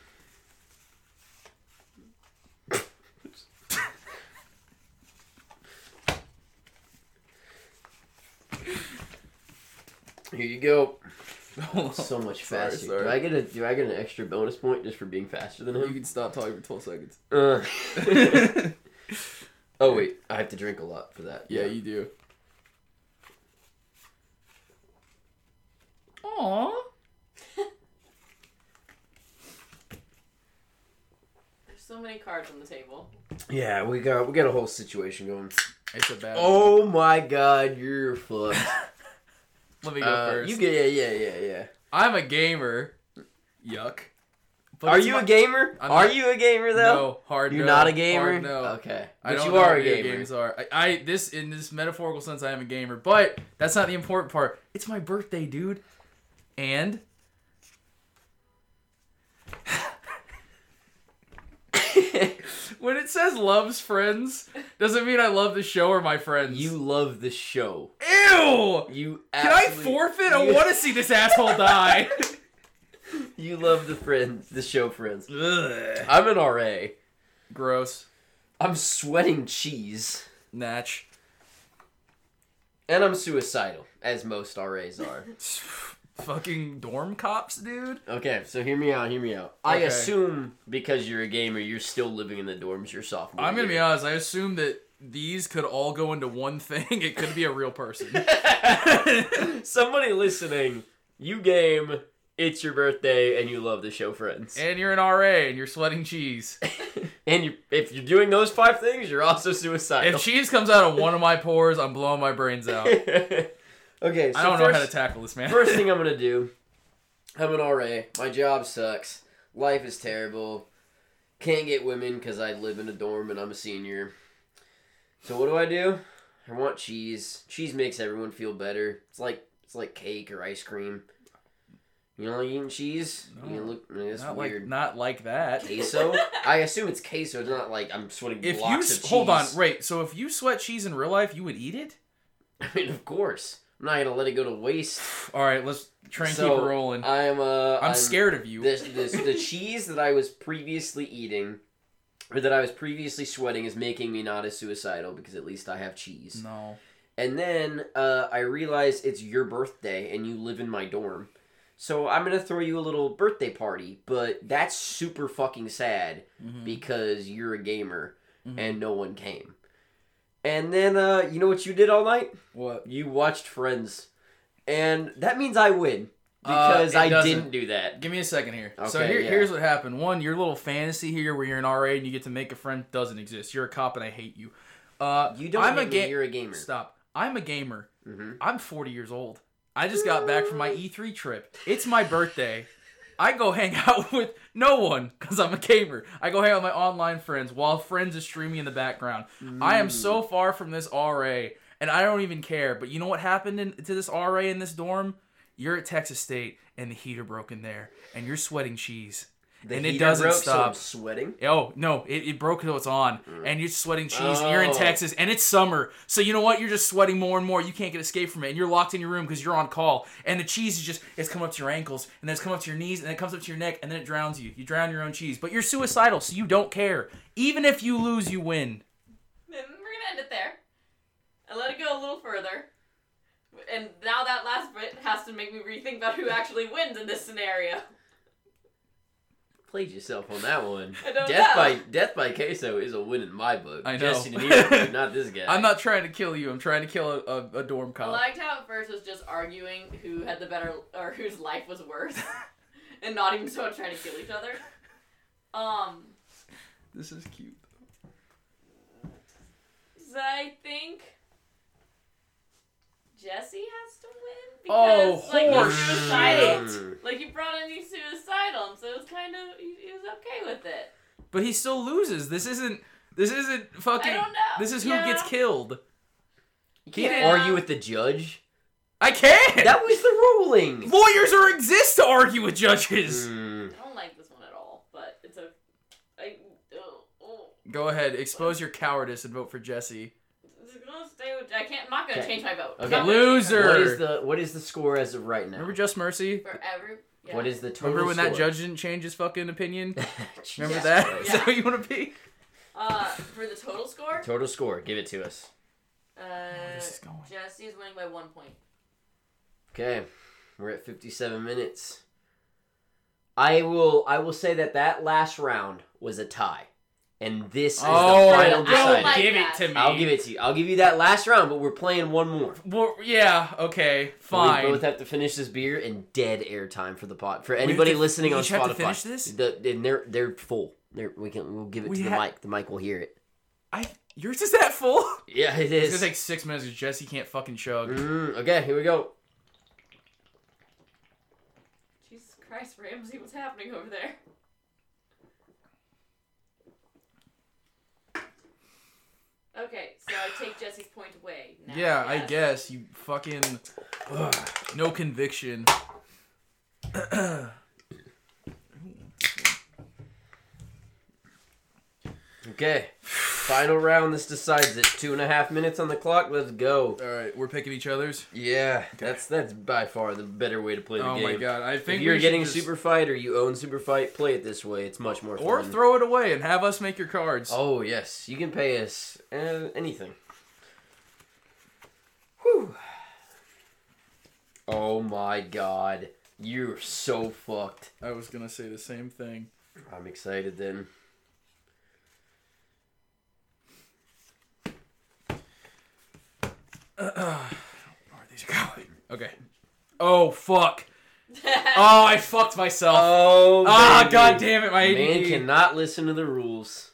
Here you go. So much Sorry, faster. sorry. Do I get a do I get an extra bonus point just for being faster than him? can stop talking for 12 seconds. Uh. oh wait, I have to drink a lot for that. Yeah, you do. Aww. There's so many cards on the table. Yeah, we got we got a whole situation going. It's a bad. one. Oh my god, you're fucked. let me go Uh, first. you get yeah yeah yeah yeah. I'm a gamer. Yuck. But are it's you my- a gamer? I'm are not- you a gamer though? No, hard. You're no. not a gamer. Hard no. Okay, I but don't you know are what a video gamer. Games are. I, I this in this metaphorical sense. I am a gamer, but that's not the important part. It's my birthday, dude. And when it says loves friends, doesn't mean I love the show or my friends. you love the show. ew. You Can I absolutely- forfeit? You, I want to see this asshole die. you love the friends, the show friends. Ugh. I'm an RA. Gross. I'm sweating cheese. Natch. And I'm suicidal, as most RAs are. Fucking dorm cops, dude. okay, so hear me out, hear me out. I Okay. assume because you're a gamer, you're still living in the dorms your sophomore I'm gonna be year. honest. I assume that these could all go into one thing. It could be a real person. Somebody listening, you game, it's your birthday, and you love the show Friends. and you're an RA and you're sweating cheese. And you, if you're doing those five things, you're also suicidal. If cheese comes out of one of my pores, I'm blowing my brains out. okay, so I don't know first, how to tackle this, man. first thing I'm gonna do, I'm an RA. My job sucks. Life is terrible. Can't get women because I live in a dorm and I'm a senior. So what do I do? I want cheese. Cheese makes everyone feel better. It's like it's like cake or ice cream. You know, like eating cheese. No, you look, that's not weird. like not like that. queso. I assume it's queso. It's not like I'm sweating If you blocks of s- cheese. hold on, wait. So if you sweat cheese in real life, you would eat it. I mean, of course, I'm not gonna let it go to waste. All right, let's try and So, keep it rolling. I, I'm uh, am scared of you. This, this, the cheese that I was previously eating, or that I was previously sweating, is making me not as suicidal because at least I have cheese. no. And then uh, I realize it's your birthday and you live in my dorm. So I'm gonna throw you a little birthday party, but that's super fucking sad Mhm. because you're a gamer Mhm. and no one came. And then uh, you know what you did all night? What? You watched Friends, and that means I win because Uh, it I doesn't. didn't do that. Give me a second here. so Okay, here, yeah. here's what happened. One, your little fantasy here where you're an RA and you get to make a friend doesn't exist. You're a cop and I hate you. Uh, You don't. I'm a hate me, ga- You're a gamer. Stop. I'm a gamer. Mhm. I'm 40 years old. I just got back from my E3 trip. It's my birthday. I go hang out with no one because I'm a gamer. I go hang out with my online friends while friends is streaming in the background. I am Mm. so far from this RA and I don't even care. But you know what happened in, to this RA in this dorm? You're at Texas State and the heater broke in there and you're sweating cheese. The and it heater doesn't broke, So I'm stop. sweating. Oh no! It, it broke till it's on, and you're sweating cheese. And you're in Oh. Texas, and it's summer, so you know what? You're just sweating more and more. You can't get escape from it, and you're locked in your room because you're on call. And the cheese is just it's coming up to your ankles, and then it's coming up to your knees, and then it comes up to your neck, and then it drowns you. You drown your own cheese, but you're suicidal, so you don't care. Even if you lose, you win. Then we're gonna end it there. I let it go a little further. And now that last bit has to make me rethink about who actually wins in this scenario. Played yourself on that one. I don't death know. by death by queso is a win in my book. I know. Jesse DeNiro, not this guy. I'm not trying to kill you. I'm trying to kill a, a, a dorm I cop. liked how at first it was just arguing who had the better or whose life was worse, and not even so much trying to kill each other. Um, this is cute. so I think Jesse has to win Oh, because like he's horse suicidal. shit. Like he brought in he's suicidal, and so it was kind of he, he was okay with it. But he still loses. This isn't. This isn't fucking. I don't know. This is who Yeah. gets killed. You can't Yeah. argue with the judge. I can't. That was the ruling. Lawyers are exist to argue with judges. Mm. I don't like this one at all, but it's a. I, oh, oh. Go ahead, expose your cowardice and vote for Jesse. It's gonna stay with. I can't. I'm not gonna Okay. change my vote. Okay. Not gonna change Loser. my vote. What is the what is the score as of right now? Remember Just Mercy? For every. yeah. What is the total? Remember when that score? judge didn't change his fucking opinion? Jesus Remember that? Christ. Is that who you want to be? Uh, for the total score, Total score. Give it to us. uh, this is going. Jesse is winning by one point. Okay, we're at 57 minutes. I will I will say that that last round was a tie, and this is the final don't don't decided. decider. like- Oh, give it that. to me. I'll give it to you. I'll give you that last round, but we're playing one more. Well, yeah, okay, fine. We both have to finish this beer in dead air time for the pot. For have anybody to- listening we on each Spotify, have to finish this? The, and they're they're full. They're, we can we'll give it We to the ha- mic. The mic will hear it. I yours is that full? Yeah, it It's is. gonna take six minutes because Jesse can't fucking chug. Mm, okay, here we go. Jesus Christ, Ramsey, what's happening over there? Okay, so I take Jesse's point away. Now, Yeah, I yes. guess you fucking ugh, no conviction. Okay, final round. This decides it. Two and a half minutes on the clock. Let's go. All right, we're picking each other's. Yeah, that's that's by far the better way to play the Oh game. my god, I think If you're we should getting just- Super Fight or you own Super Fight, play it this way. It's much more fun. or throw it away and have us make your cards. Oh yes, you can pay us uh, anything. Whew. Oh my god. You're so fucked. I was gonna say the same thing. I'm excited then. Where these going? Okay. Oh fuck. Oh, I fucked myself. Oh, Ah, baby. god damn it, my Man ADD. cannot listen to the rules.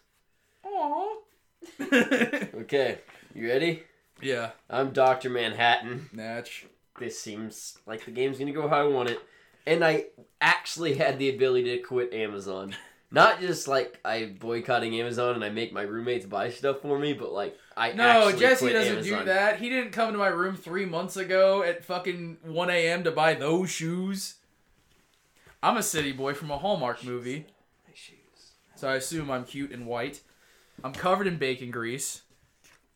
Okay, you ready? yeah, I'm Dr. Manhattan. Natch. This seems like the game's gonna go how I want it. And I actually had the ability to quit Amazon. Not just like I boycotting Amazon and I make my roommates buy stuff for me, but like I No, actually Jesse quit doesn't Amazon. do that. He didn't come to my room three months ago at fucking 1 a.m. to buy those shoes. I'm a city boy from a Hallmark movie, My shoes. so I assume I'm cute and white. I'm covered in bacon grease.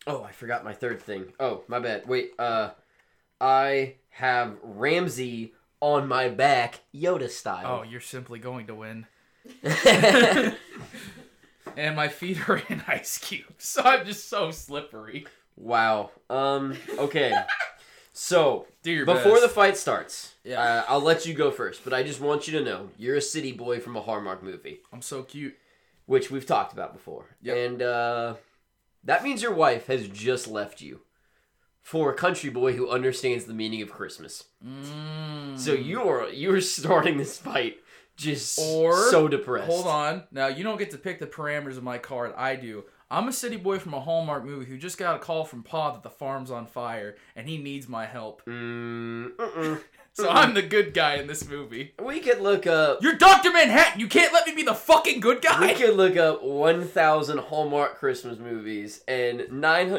Oh, I forgot my third thing. Oh, my bad. Wait, uh, I have Ramsey on my back, Yoda Oh, style. you're simply going to win. Oh. And my feet are in ice cubes, so I'm just so slippery. wow. Um. Okay. so Do your before the best. fight starts, Yeah. uh, I'll let you go first, but I just want you to know you're a city boy from a Hallmark movie, I'm so cute. which we've talked about before, Yep. and uh, that means your wife has just left you for a country boy who understands the meaning of Christmas. Mm. So you are you are starting this fight just Or- so depressed. Hold on. Now you don't get to pick the parameters of my card. I do. I'm a city boy from a Hallmark movie who just got a call from Pa that the farm's on fire and he needs my help. Mm, mm-mm. So I'm the good guy in this movie. we could look up. You're Doctor Manhattan. You can't let me be the fucking good We guy. could look up 1,000 Hallmark Christmas movies, and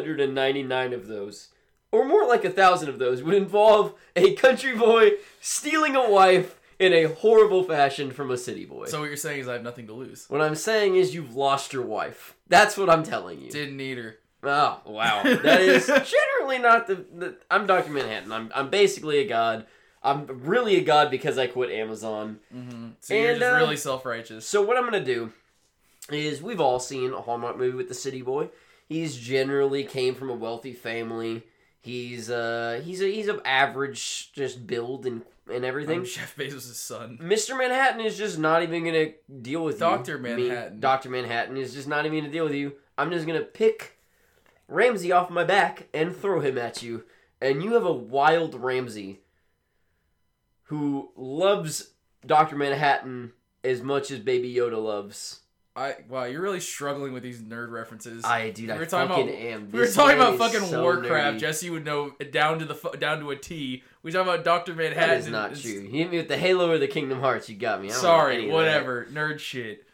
999 of those, or more like a thousand of those, would involve a country boy stealing a wife in a horrible fashion from a city boy. So what you're saying is I have nothing to lose. what I'm saying is you've lost your wife. That's what I'm telling you. Didn't need her. Oh wow, that is generally not the, the. I'm Doctor Manhattan. I'm I'm basically a god. I'm really a god because I quit Amazon. hmm So you're And, just uh, really self-righteous. So what I'm gonna do is we've all seen a Hallmark movie with the city boy. He's generally came from a wealthy family. He's uh he's a he's of average just build and and I'm everything. Jeff Bezos' son. Mr. Manhattan is just not even gonna deal with Dr. you. Manhattan. Doctor Manhattan is just not even gonna deal with you. I'm just gonna pick Ramsey off my back and throw him at you, and you have a wild Ramsey who loves Doctor Manhattan as much as Baby Yoda loves. I wow, you're really struggling with these nerd references. I dude, We I were talking fucking about- am. we were This talking about man is fucking so Warcraft. nerdy. Jesse would know down to the fu- down to a T. We were talking about Doctor Manhattan. That is not It's- true. You hit me with the Halo or the Kingdom Hearts. You got me. I don't know any Sorry, of that. whatever, nerd shit.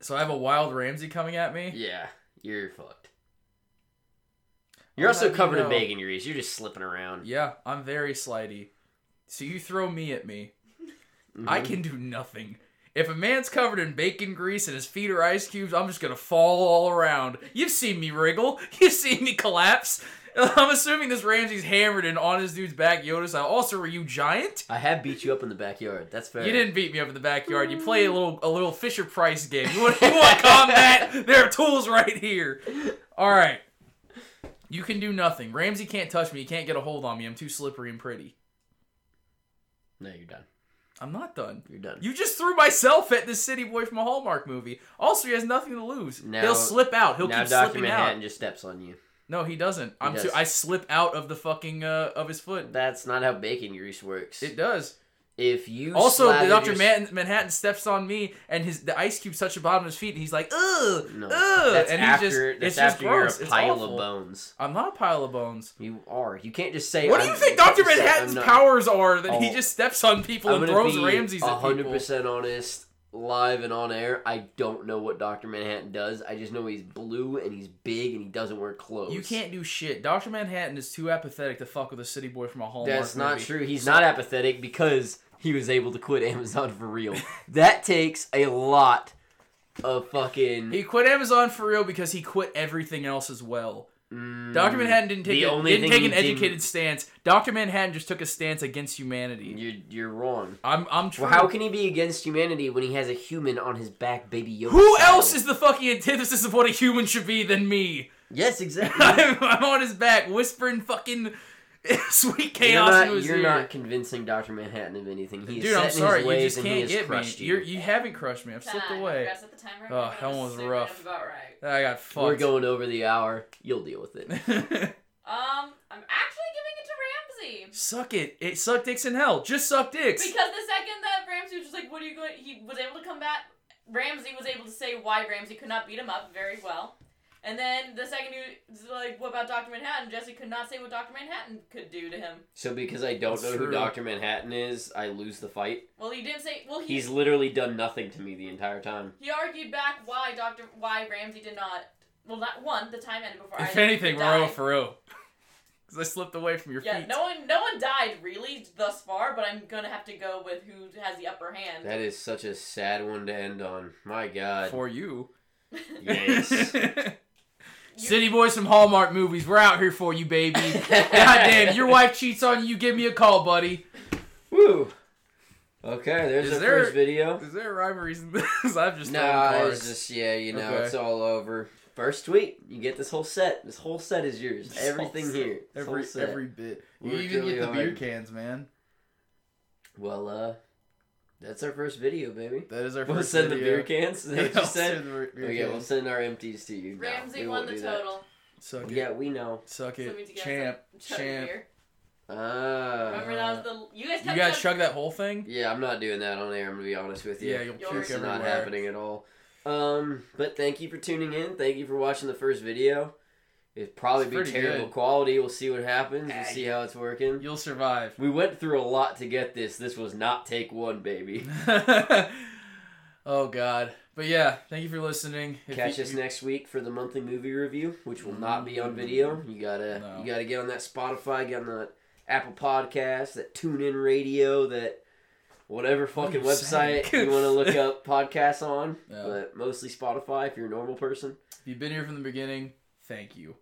So I have a wild Ramsey coming at me. Yeah, you're fucked. You're Well, how also do you covered in know? bacon grease. You're just slipping around. Yeah, I'm very slidey. So you throw me at me. I Mhm. can do nothing. If a man's covered in bacon grease and his feet are ice cubes, I'm just gonna fall all around. You've seen me wriggle. You've seen me collapse. I'm assuming this Ramsey's hammered and on his dude's back. Yoda style. Also, were you giant? I have beat you up in the backyard. That's fair. You didn't beat me up in the backyard. You play a little a little Fisher Price game. You want, you want combat? There are tools right here. All right. You can do nothing. Ramsey can't touch me. He can't get a hold on me. I'm too slippery and pretty. No, you're done. I'm not done. You're done. You just threw myself at this city boy from a Hallmark movie. Also, he has nothing to lose. Now- He'll slip out. He'll now keep Doctor slipping Manhattan out. just steps on you. No, he doesn't. I'm does. too. I slip out of the fucking uh, of his foot. That's not how bacon grease works. It does. if you Also, slather Doctor your- Man- Manhattan steps on me, and his the ice cube touches the bottom of his feet, and he's like, "Ugh, No, ugh," that's and after he's just, that's it's just after you're gross. a It's pile awful. of bones. I'm not a pile of bones. You are. You can't just say. What do I'm- you think Doctor I'm not- Manhattan's I'm not- powers are that he Oh. just steps on people I'm and gonna throws be Ramses at people? 100% honest, live and on air. I don't know what Doctor Manhattan does. I just know he's blue and he's big and he doesn't wear clothes. You can't do shit. Doctor Manhattan is too apathetic to fuck with a city boy from a Hallmark That's not movie. true. He's not apathetic because he was able to quit Amazon for real. that takes a lot of fucking. He quit Amazon for real because he quit everything else as well. Mm, Doctor Manhattan didn't take the a, only didn't thing take he an educated didn't- stance. Doctor Manhattan just took a stance against humanity. You're you're wrong. I'm I'm true. Well, how can he be against humanity when he has a human on his back, baby Yoda? Who style? else is the fucking antithesis of what a human should be than me? Yes, exactly. I'm, I'm on his back, whispering fucking Sweet You're chaos. not, was you're here. not convincing Dr. Manhattan of anything. He's Dude, I'm set in sorry. his You ways just and he can't has get me. crushed You're, you. you haven't crushed me. I've slipped Time. away. Press at the timer. Oh, I'm that one was assuming rough. I'm about right. I got fucked. We're going over the hour. You'll deal with it. Um, I'm actually giving it to Ramsey suck it. It suck dicks in hell. Just suck dicks. because the second that Ramsey was just like, "What are you going?" He was able to come back. Ramsey was able to say why Ramsey could not beat him up very well. And then the second he was like, "What about Doctor Manhattan?" Jesse could not say what Doctor Manhattan could do to him. So because I don't That's know true. who Dr. Manhattan is, I lose the fight. Well, he didn't say. Well, he He's literally done nothing to me the entire time. he argued back why Doctor why Ramsey did not. Well, not one. The time ended before. If either anything, we're died. 0 for 0. Because I slipped away from your Yeah, feet. no one, no one died really thus far, but I'm gonna have to go with who has the upper hand. That is such a sad one to end on. My god. For you. Yes. You- City Boys from Hallmark movies, we're out here for you, baby. Goddamn, your wife cheats on you, give me a call, buddy. Woo. Okay, there's Is the there- first video. Is there rivalries in this? I've just Nah, thrown it's cards. just yeah, you know, Okay. it's all over. First tweet, you get this whole set. This whole set is yours. This whole Everything set. here. This whole every set. every bit. You Worked even really get the hard. beer cans, man. Well, uh, that's our first video, baby. That is our We'll first send the video. beer cans. Is that Yeah, what you I'll said? send the beer Okay, we'll cans. send our empties to you. No, Ramsey we won won't the do that. total. Suck it. Yeah, we know. Suck So we need it. to get Champ. some chug Champ. beer. Ah. Remember that was the you guys You kept guys on- chug that whole thing? Yeah, I'm not doing that on air. I'm gonna be honest with you. Yeah, you'll Yours. puke it's everywhere. not happening at all. Um, but thank you for tuning in. Thank you for watching the first video. It'd probably It's be pretty terrible good. quality. We'll see what happens. We'll Ah, see how it's working. You'll survive. We went through a lot to get this. This was not take one, baby. oh God. But yeah, thank you for listening. If Catch you- us next week for the monthly movie review, which will not be on video. You gotta No. you gotta get on that Spotify, get on that Apple Podcast, that TuneIn Radio, that whatever What are fucking you saying? website you want to look up podcasts on. Yeah. But mostly Spotify if you're a normal person. If you've been here from the beginning, thank you.